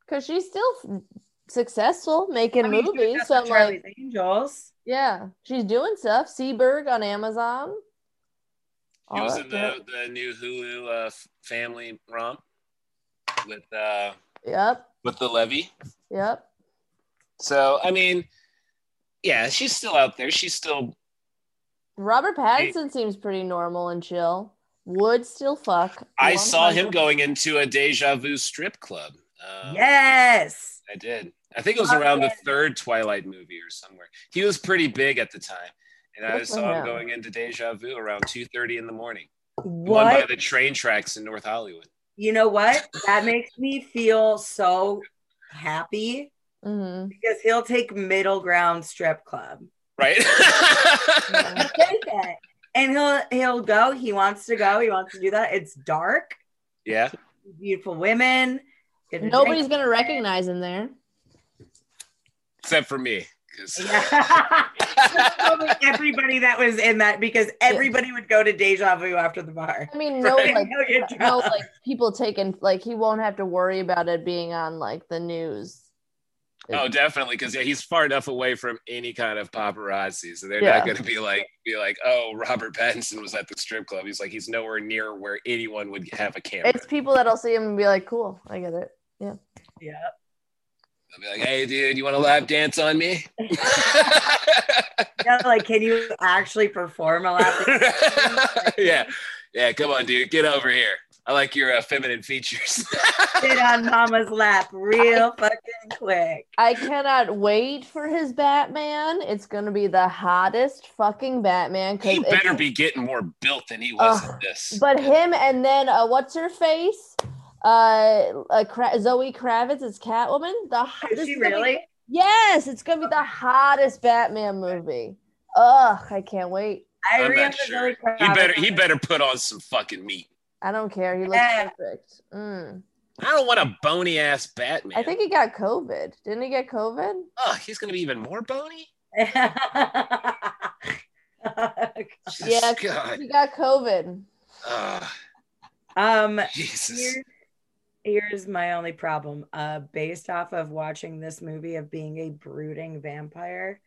S2: because she's still f- successful making
S4: I mean, she was
S2: movies.
S4: just
S2: So
S4: in
S2: I'm
S4: Charlie's
S2: like,
S4: Angels.
S2: yeah, she's doing stuff. Seaberg on Amazon.
S3: He
S2: All
S3: was
S2: that
S3: in the, the new Hulu uh, f- family romp with uh,
S2: shit. Yep,
S3: with the levy.
S2: yep.
S3: So I mean, yeah, she's still out there. She's still
S2: Robert Pattinson seems pretty normal and chill. Would still fuck.
S3: I saw him
S2: 100.
S3: going into a deja vu strip club. Um,
S4: Yes.
S3: I did. I think it was around the third Twilight movie or somewhere. He was pretty big at the time, and I
S2: Good for
S3: saw him
S2: him.
S3: going into Deja Vu around two thirty in the morning, one by
S4: What?
S3: the train tracks in North Hollywood.
S4: You know what? That makes me feel so happy
S3: [laughs]
S2: Mhm.
S4: Because he'll take middle ground strip club.
S3: Right?
S2: Yeah.
S4: He'll take it. And he'll he'll go. He wants to go. He wants to do that. It's dark,
S3: [laughs] yeah.
S4: beautiful women. get a drink. [laughs]
S2: Nobody's gonna recognize him there.
S3: Except for me, because
S4: Yeah.
S3: [laughs]
S4: Probably everybody that was in that because everybody would go to deja vu after the bar.
S2: I mean,
S4: [laughs]
S2: no,
S4: Right.
S2: like,
S4: No, you're
S2: no,
S4: drunk.
S2: like people taking, like, he won't have to worry about it being on like the news.
S3: Oh, definitely, because yeah, he's far enough away from any kind of paparazzi, so they're
S2: Yeah.
S3: not going to be like, be like, oh, Robert Pattinson was at the strip club. He's like, he's nowhere near where anyone would have a camera.
S2: It's people that'll see him and be like, "Cool, I get it."
S4: Yeah.
S3: They'll be like, hey, dude, you want to lap dance on
S2: [laughs]
S3: me? [laughs]
S4: yeah. Like, can you actually perform a lap? [laughs]
S3: yeah, yeah, come on, dude, get over here. I like your uh, feminine features. [laughs]
S4: Sit on mama's lap real fucking quick.
S2: I cannot wait for his Batman. It's gonna be the hottest fucking Batman. 'cause
S3: he
S2: it's-
S3: better be getting more built than he was
S2: Ugh,
S3: in this.
S2: But him and then uh, what's her face? Uh, uh Kra- Zoe Kravitz is Catwoman. The ho-
S4: Is
S2: this
S4: she
S2: is gonna be-
S4: really?
S2: yes, it's gonna be the hottest Batman movie. Ugh, I can't wait.
S4: I
S3: I'm
S4: re
S3: not
S4: up the Zoe
S3: sure.
S2: uh,
S3: He
S4: Kravitz.
S3: better, he better put on some fucking meat.
S2: I don't care. He looks
S4: Yeah.
S2: perfect. Mm.
S3: I don't want a bony ass Batman.
S2: I think he got COVID. Didn't he get COVID?
S3: oh, he's gonna be even more bony.
S4: [laughs]
S2: Yeah. [laughs]
S3: God.
S2: He got COVID.
S3: Oh,
S4: um,
S3: Jesus.
S4: here's, here's my only problem. Uh, based off of watching this movie of being a brooding vampire,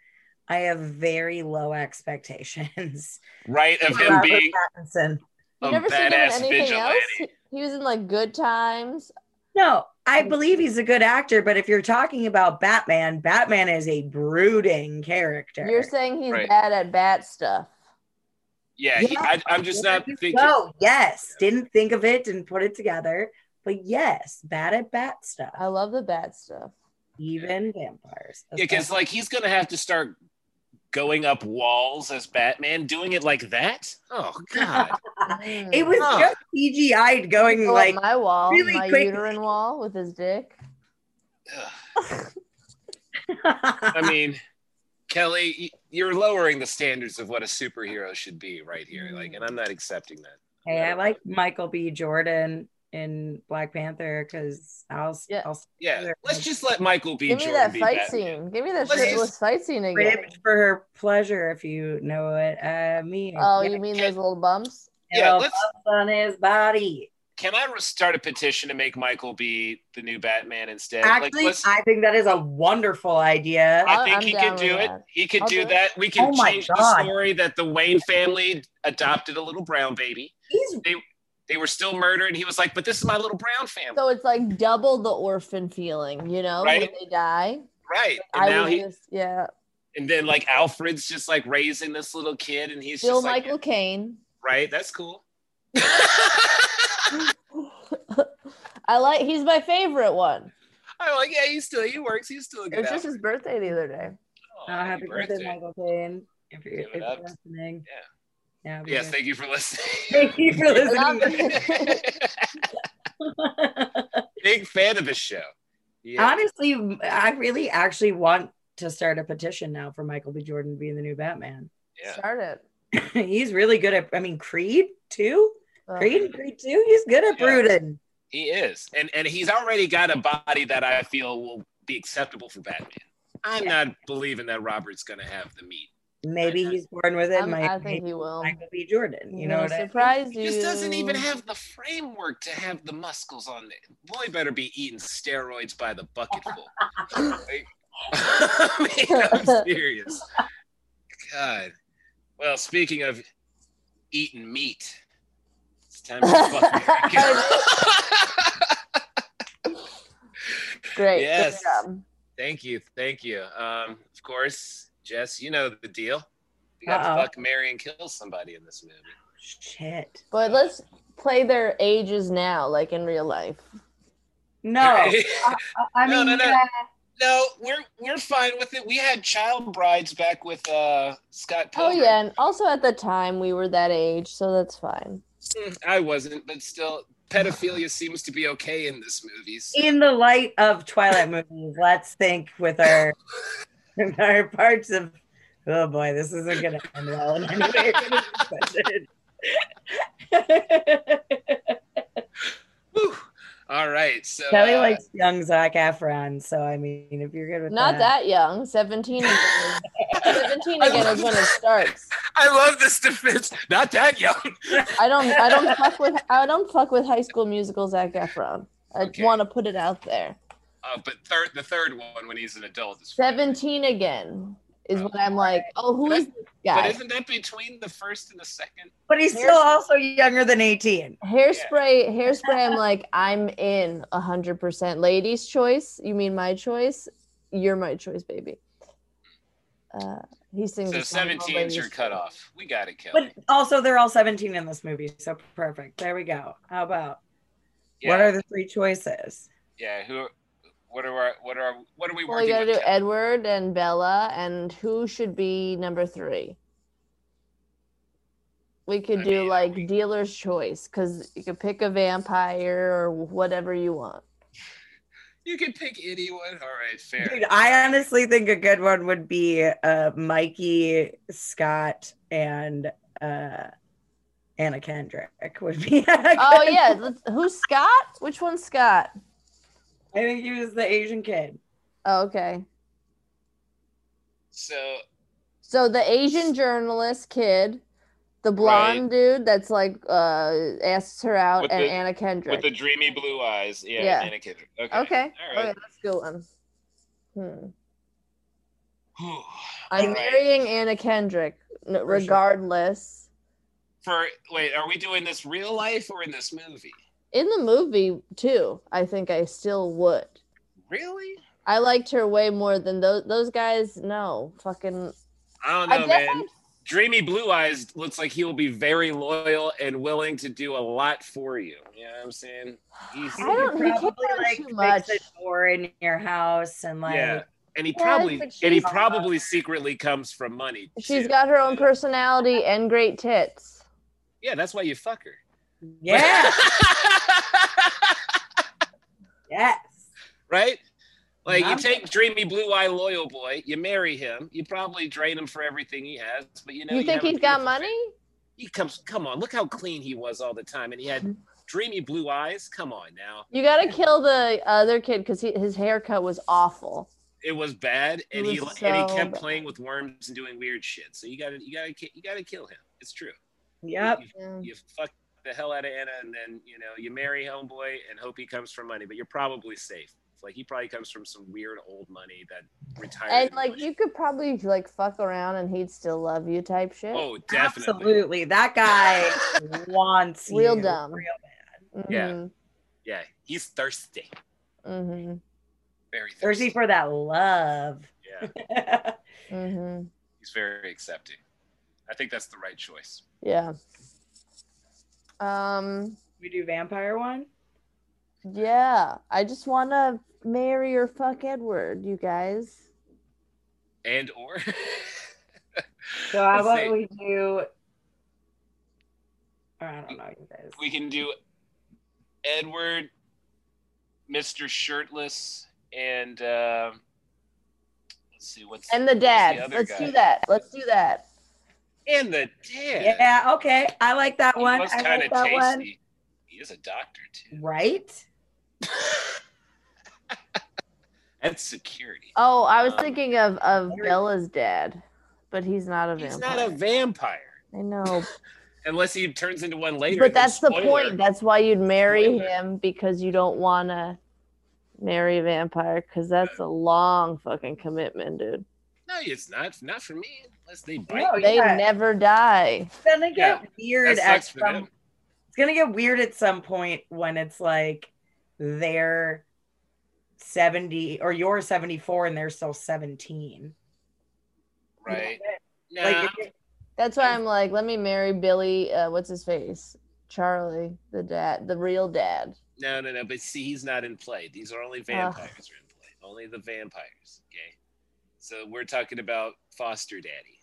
S4: I have very low expectations.
S3: Right [laughs] of
S4: for
S3: him
S4: Robert
S3: being
S4: Pattinson.
S2: You
S3: a
S2: never seen him in
S3: badass
S2: anything
S3: vigilante.
S2: else? He, he was in like Good Times.
S4: No,
S3: Oh.
S4: I believe he's a good actor, but if you're talking about Batman, Batman is a brooding character.
S2: You're saying he's
S3: Right.
S2: bad at bat stuff.
S3: Yeah, he- I, I'm just not thinking.
S4: Oh, yes. Didn't think of it, didn't put it together. But yes, bad at bat stuff.
S2: I love the bat stuff.
S4: Even vampires.
S3: Yeah, because like he's gonna have to start going up walls as Batman, doing it like that. Oh God.
S2: [laughs] Mm.
S4: it was
S3: Huh.
S4: just CGI'd going
S2: Go up
S4: like
S2: my wall,
S4: really
S2: my
S4: quickly.
S2: uterine wall with his dick.
S3: Ugh.
S4: [laughs]
S3: I mean, Kelly, y- you're lowering the standards of what a superhero should be right here. Like, and I'm not accepting that.
S4: Hey, I like Michael B. Jordan in Black Panther because I'll,
S2: Yeah.
S4: I'll
S3: Yeah, let's just let Michael B.
S2: Give me
S3: Jordan
S2: that
S3: be
S2: fight
S3: Batman.
S2: scene. Give me that
S3: Let's
S2: shirtless fight scene again.
S4: rib for her pleasure if you know it. Uh, me.
S2: Oh,
S4: Yeah.
S2: you mean
S3: Ken-
S2: those little bumps?
S3: Yeah,
S4: Little
S3: let's.
S4: bumps on his body.
S3: Can I re- start a petition to make Michael be the new Batman instead?
S4: Actually,
S3: let's-
S4: I think that is a wonderful idea.
S3: I think
S2: I'm
S3: he
S2: down
S3: can
S2: with
S3: do it.
S2: that.
S3: He could
S2: I'll do
S3: do
S2: it.
S3: that. We can
S4: Oh my
S3: change
S4: God.
S3: the story that the Wayne family adopted a little brown baby.
S4: He's
S3: They were still murdered, and he was like, "But this is my little brown family,
S2: So it's like double the orphan feeling, you know, when
S3: Right.
S2: they die.
S3: right?" And
S2: I
S3: now
S2: was
S3: he,
S2: just, yeah,
S3: and then like Alfred's just like raising this little kid, and he's
S2: still
S3: just like,
S2: Michael Caine.
S3: "Right, that's cool." [laughs]
S2: I like he's my favorite one.
S3: I'm like, "Yeah, he's still he works. He's still a
S2: It
S3: good."
S2: was just
S3: Alfred."
S2: his birthday the other day.
S3: Oh,
S4: Oh, happy birthday,
S3: birthday.
S4: Michael Caine. If you're,
S3: Give
S4: if
S3: it up.
S4: you're listening. Yeah. we
S3: Yes,
S4: do.
S3: thank you for listening.
S4: [laughs] Thank
S3: [laughs]
S4: you for
S2: Love
S4: listening.
S2: it.
S3: Big fan of his show.
S4: [laughs]
S3: Yeah.
S4: Honestly, I really actually want to start a petition now for Michael B. Jordan being the new Batman. [laughs]
S3: Yeah.
S2: Start it.
S4: he's really good at, I mean, Creed too.
S2: Ugh.
S4: Creed and Creed too. He's good at
S3: Yeah.
S4: brooding.
S3: He is, and and he's already got a body that I feel will be acceptable for Batman. I'm not believing that Robert's going to have the meat.
S4: Maybe he's born with it.
S2: I'm-
S4: Might
S2: I think he will.
S4: Michael B. Jordan. You know
S2: No
S4: what I
S2: surprise
S3: He just doesn't even
S2: you.
S3: have the framework to have the muscles on it. Boy, better be eating steroids by the bucketful. [laughs] Like, I mean, I'm serious. God. Well, speaking of eating meat, it's time to fuck America. [laughs]
S2: Great.
S3: Yes.
S2: Good job.
S3: Thank you, thank you. Um, of course, Jess, you know the deal. You got
S4: Uh-oh.
S3: to fuck, marry, and kill somebody in this movie.
S4: Shit.
S2: But let's play their ages now, like in real life.
S4: [laughs]
S3: [laughs]
S4: No. Uh, I, I
S3: No,
S4: mean,
S3: no, no.
S4: yeah.
S3: no, we're we're fine with it. We had child brides back with uh, Scott.
S2: Oh
S3: Pilgrim.
S2: yeah, and also at the time we were that age, so that's fine.
S3: Mm, I wasn't, but still, pedophilia seems to be okay in this movie. so-
S4: in the light of Twilight movies, let's think with our [laughs] our parts of oh boy, this isn't gonna end well in any way. [laughs] [laughs]
S3: Whew. All right, so
S4: Kelly
S3: uh,
S4: likes young Zac Efron, so I mean, if you're good with
S2: Not that young. Seventeen again. is-
S3: [laughs]
S2: Seventeen again is when it starts.
S3: I love this defense. Not that [laughs] young.
S2: I don't. I don't fuck with. I don't fuck with High School Musicals. Zac Efron. I
S3: Okay.
S2: want to put it out there.
S3: Uh, but third, the third one when he's an adult is Friday.
S2: 17 again is when I'm like, oh, who is this
S3: But
S2: guy?
S3: isn't that between the first and the second?
S8: But he's still also younger than 18.
S2: Hairspray, hairspray, I'm like, I'm in 100%. Ladies' choice. You mean my choice? You're my choice, baby. Uh, he sings.
S3: So
S2: a song called
S3: seventeen's your
S2: Ladies'
S3: cutoff. We got it, Kelly.
S8: But-
S4: Also, they're all 17 in this movie, so perfect. There we go. How about
S3: yeah,
S4: what are the three choices?
S3: yeah. Who? What are our, what are what are we
S2: Well, you
S3: working
S2: gotta
S3: with?
S2: do
S3: Kelly?
S2: Edward and Bella, and who should be number three? We could
S3: I
S2: do
S3: mean,
S2: like
S3: we-
S2: dealer's choice because you could pick a vampire or whatever you want.
S3: You can pick anyone. All right, fair.
S8: Dude, I honestly think a good one would be uh, Mikey, Scott, and uh, Anna Kendrick would
S4: [laughs]
S8: be. a
S2: Oh
S8: good-
S2: yeah, let's, who's Scott? Which one's Scott?
S4: I think he was the Asian kid.
S2: Oh, okay,
S3: So
S2: so the Asian journalist kid, the blonde dude that's like uh asks her out,
S3: With
S2: and
S3: the-
S2: Anna Kendrick.
S3: with the dreamy blue eyes, yeah,
S2: Yeah.
S3: Anna Kendrick. Okay.
S2: okay,
S3: All right.
S2: okay, that's a good one. Hmm.
S3: Whew.
S2: I'm
S3: All right.
S2: marrying Anna Kendrick n-
S4: sure.
S2: regardless.
S3: [sighs] For wait, are we doing this real life or in this movie?
S2: in the movie too i think i still would
S3: Really?
S2: i liked her way more than those those guys no fucking
S3: I don't
S2: I
S3: know,
S2: guess
S3: man. Dreamy blue eyes looks like he will be very loyal and willing to do a lot for you. You know what I'm saying? He's,
S2: I don't- he can't do too much.
S4: fix a door in your house and like
S3: yeah, and he
S2: Yeah,
S3: probably
S2: but
S3: and he
S2: she's-
S3: probably secretly comes from money.
S2: she's
S3: too.
S2: got her own personality and great tits
S3: yeah. That's why you fuck her.
S4: yeah, yes.
S3: [laughs] right? Like you
S4: Mom-
S3: take dreamy blue eye loyal boy, you marry him, you probably drain him for everything he has, but you know
S2: you, think
S3: have a
S2: he's got
S3: beautiful
S2: money
S3: He comes, come on, look how clean he was all the time, and he had dreamy blue eyes. Come on now,
S2: you gotta kill the other kid because his haircut was awful
S3: it was bad, and he,
S2: was
S3: and
S2: so
S3: he kept
S2: bad.
S3: playing with worms and doing weird shit. So you gotta, you gotta, ki- you gotta kill him. It's true.
S4: Yep.
S3: You,
S2: Yeah.
S3: you fuck the hell out of Anna, and then you know you marry homeboy and hope he comes from money, but you're probably safe. Like he probably comes from some weird old money that retired.
S2: and like you could probably like fuck around and he'd still love you type shit
S3: Oh, definitely.
S8: Absolutely. That guy
S2: [laughs]
S8: wants
S2: real
S8: you.
S2: dumb
S3: Yeah. Yeah, he's thirsty.
S2: hmm
S3: Very thirsty.
S8: Thirsty for that love.
S3: Yeah,
S8: [laughs]
S2: hmm
S3: he's very accepting. I think that's the right choice.
S2: yeah um
S4: We do vampire one.
S2: Yeah, I just want to marry or fuck Edward, you guys.
S3: And or. [laughs]
S4: So how
S3: Let's see.
S4: about we do? Or I don't know, you guys.
S3: we can do Edward, Mr. Shirtless, and uh, let's see what's
S2: And the
S3: who's
S2: dad.
S3: other
S2: Let's
S3: guy?
S2: do that. Let's do that.
S3: And the dad.
S8: Yeah, okay. I like that
S3: He
S8: one.
S3: was
S8: I
S3: kind
S8: like
S3: of
S8: that
S3: tasty.
S8: one.
S3: He is a doctor too.
S8: Right?
S3: That's security.
S2: Oh, I was
S3: Um,
S2: thinking of of Bella's dad, but he's not a
S3: He's
S2: vampire.
S3: not a vampire.
S2: I know,
S3: Unless he turns into one later.
S2: but
S3: and then
S2: that's the
S3: spoiler.
S2: point. That's why you'd marry
S3: Spoiler.
S2: him because you don't want to marry a vampire because that's a long fucking commitment, dude.
S3: No, it's not. Not for me. Unless they bite.
S8: No,
S3: me.
S2: They
S8: yeah.
S2: never die.
S8: It's gonna get
S3: That
S8: weird at
S3: sucks for
S8: some
S3: them.
S8: it's gonna get weird at some point when it's like they're 70 or you're 74 and they're still 17
S3: Right. No.
S8: like it-
S2: That's why I'm like, let me marry Billy. Uh, what's his face? Charlie, the dad, the real dad.
S3: no, no, no. But see, he's not in play. These are only vampires are in play. Only the vampires. Okay. So we're talking about foster daddy,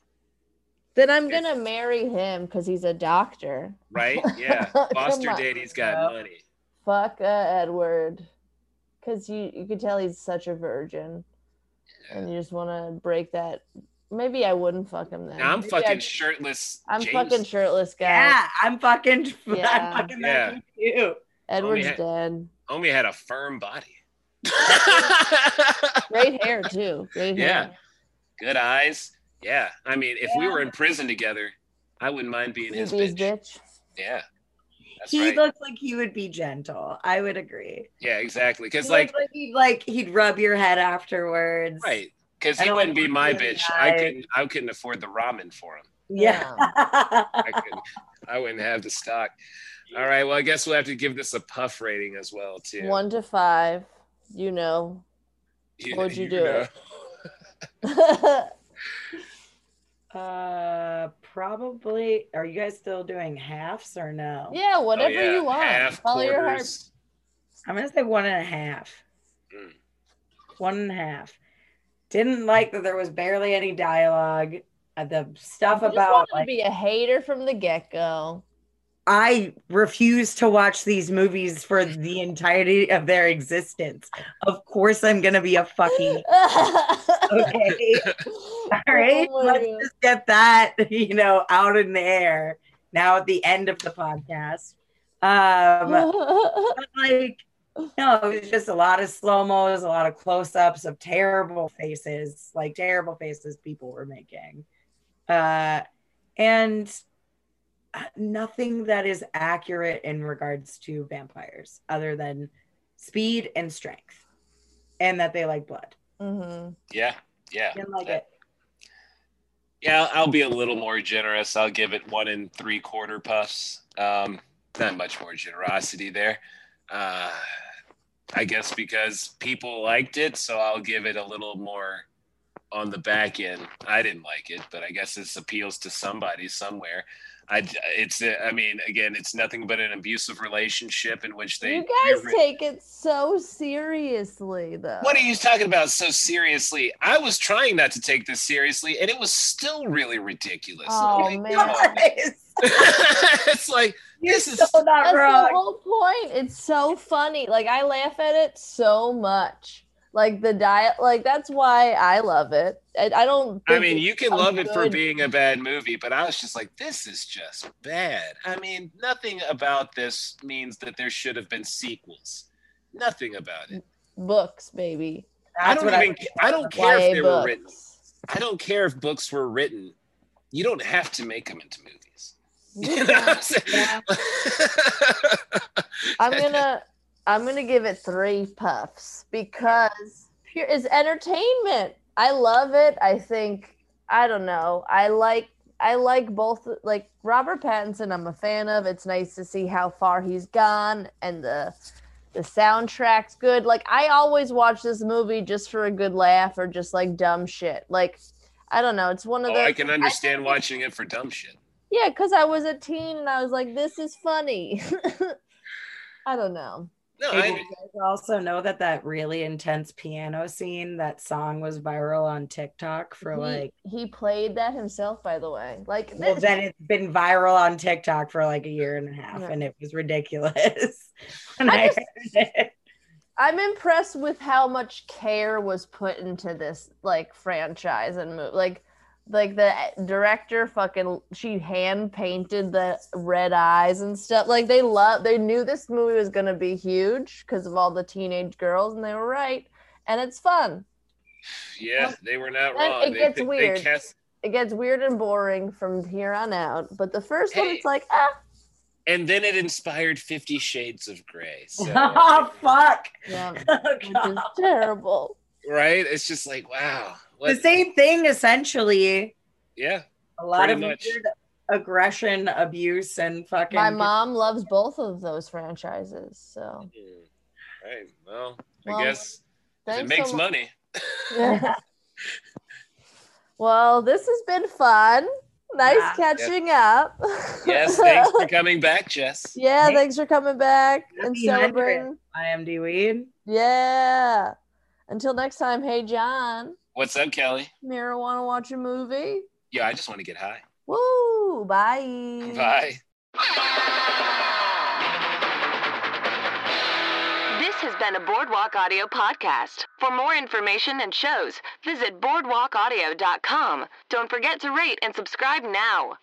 S2: Then I'm
S3: Okay.
S2: gonna marry him because he's a doctor. [laughs]
S3: right? Yeah. Foster
S2: Come on.
S3: daddy's got
S8: Yeah.
S3: money.
S2: Fuck uh, Edward, because you you could tell he's such a virgin, and you just want to break that. Maybe I wouldn't fuck him then.
S3: Now I'm
S2: Maybe
S3: fucking
S2: I'd-
S3: shirtless.
S2: I'm
S3: James.
S2: fucking shirtless guy.
S8: yeah i'm fucking [laughs]
S2: Yeah.
S8: i'm fucking
S3: Yeah.
S8: that too
S2: Edward's
S3: Oh, yeah.
S2: dead.
S3: Only had a firm body.
S2: Great hair too. Great
S3: Yeah.
S2: hair.
S3: Good eyes. Yeah. I mean, if we were in prison together, I wouldn't mind being
S2: You'd
S3: his
S2: be his
S3: bitch.
S2: bitch.
S3: Yeah. That's
S4: he
S3: right.
S4: looks like he would be gentle. I would agree.
S3: yeah, exactly. Because
S4: He
S3: like,
S4: looked he'd, like he'd rub your head afterwards.
S3: right? Because
S4: I
S3: he
S4: don't
S3: wouldn't be
S4: want
S3: my
S4: to be a
S3: bitch. I
S4: guy.
S3: couldn't. I couldn't afford the ramen for him.
S4: Yeah. [laughs]
S3: I couldn't. I wouldn't have the stock. All right. Well, I guess we'll have to give this a puff rating as well too.
S2: One to five, you know. [laughs]
S3: [laughs]
S2: What'd you do?
S3: know. Oh,
S4: uh, probably. Are you guys still doing halves or no?
S2: yeah,
S3: Oh,
S2: whatever
S3: yeah,
S2: you want.
S3: Half
S2: Follow your heart.
S3: quarters.
S4: I'm gonna say one and a half.
S3: Mm.
S4: One and a half. Didn't like that there was barely any dialogue. Uh, the stuff
S2: You just
S4: about
S2: wanted to
S4: like
S2: be a hater from the get go.
S4: I refuse to watch these movies for the entirety of their existence. Of course, I'm gonna be
S2: [laughs]
S4: a [laughs] fucking okay. All [laughs] right,
S2: Oh
S4: let's just get that [laughs] you know out in the air now at the end of the podcast.
S2: Oh,
S4: Um, [laughs] but, like no, it was just a lot of slow mos, a lot of close ups of terrible faces, like terrible faces people were making, uh, and uh, nothing that is accurate in regards to vampires other than speed and strength, and that they like blood.
S2: mm-hmm.
S3: Yeah. Yeah.
S4: Didn't like it.
S3: Yeah, I'll, I'll be a little more generous. I'll give it one and three quarter puffs. Um, not much more generosity there. Uh, I guess because people liked it, so I'll give it a little more on the back end. I didn't like it, but I guess this appeals to somebody somewhere. I, it's, uh, I mean, again, it's nothing but an abusive relationship in which they.
S2: you guys take it so seriously, though.
S3: What are you talking about so seriously? I was trying not to take this seriously, and it was still really ridiculous.
S2: Oh,
S3: Like,
S2: man.
S3: come
S4: [laughs]
S3: on. it's like this is
S4: so not
S2: That's
S4: wrong.
S2: the whole point. It's so funny. Like I laugh at it so much. Like the diet. Like that's why I love it. I, I don't.
S3: I
S2: think
S3: mean,
S2: it's
S3: you can
S2: a
S3: love it for
S2: good-
S3: being a bad movie, but I was just like, this is just bad. I mean, nothing about this means that there should have been sequels. Nothing about it.
S2: books, baby.
S3: I
S4: That's
S3: don't
S4: what I
S3: even. I, don't care
S2: YA
S3: if they were written.
S2: books. [laughs]
S3: I don't care if books were written. You don't have to make them into movies. [laughs] You know what I'm saying?
S4: Yeah.
S2: I'm gonna. I'm gonna give it three puffs because here is entertainment. I love it. I think I don't know. I like I like both like Robert Pattinson I'm a fan of. It's nice to see how far he's gone and the the soundtrack's good. Like I always watch this movie just for a good laugh or just like dumb shit. Like I don't know. It's one of
S3: oh,
S2: the
S3: I can understand watching it for dumb shit.
S2: yeah, because I was a teen and I was like, this is funny. [laughs] I don't know.
S3: No,
S4: Hey, did
S3: I,
S4: you guys also know that that really intense piano scene, that song was viral on TikTok for
S2: He-
S4: like,
S2: he played that himself, by the way. Like
S4: well,
S2: this-
S4: then it's been viral on TikTok for like a year and a half,
S2: Yeah.
S4: and it was ridiculous. [laughs] when
S2: I
S4: I
S2: just-
S4: heard it.
S2: I'm impressed with how much care was put into this like franchise and move. Like, like the director fucking she hand painted the red eyes and stuff. Like they love, they knew this movie was gonna be huge because of all the teenage girls, and they were right. And it's fun.
S3: yeah, they were not
S2: Then
S3: wrong.
S2: it
S3: They-
S2: gets
S3: they- they
S2: weird.
S3: cast-
S2: It gets weird and boring from here on out, but the first one,
S3: Hey.
S2: it's like ah,
S3: and then it inspired Fifty Shades of Grey.
S4: [laughs]
S3: So,
S4: oh, fuck. [laughs]
S2: yeah,
S4: Oh,
S2: which
S4: God.
S2: is terrible.
S3: right? It's just like wow.
S4: The
S3: What?
S4: same thing, essentially.
S3: Yeah,
S4: A lot
S3: Pretty
S4: of
S3: much.
S4: weird aggression, abuse, and fucking.
S2: My mom loves both of those franchises, so
S3: Right. Well,
S2: Well,
S3: I guess if it
S2: thanks
S3: makes
S2: so much. [laughs]
S3: money.
S2: well, this has been fun. Nice
S4: Yeah.
S2: catching up.
S3: Yes, thanks for coming back, Jess.
S2: [laughs] yeah, thanks for coming back and
S4: Happy 100th.
S2: celebrating.
S4: I am D Weed.
S2: Yeah. Until next time, hey John,
S3: What's up, Kelly?
S2: Mira, want to watch a movie?
S3: Yeah, I just want to get high.
S2: Woo! Bye.
S3: Bye.
S9: This has been a Boardwalk Audio podcast. For more information and shows, visit boardwalkaudio.com. Don't forget to rate and subscribe now.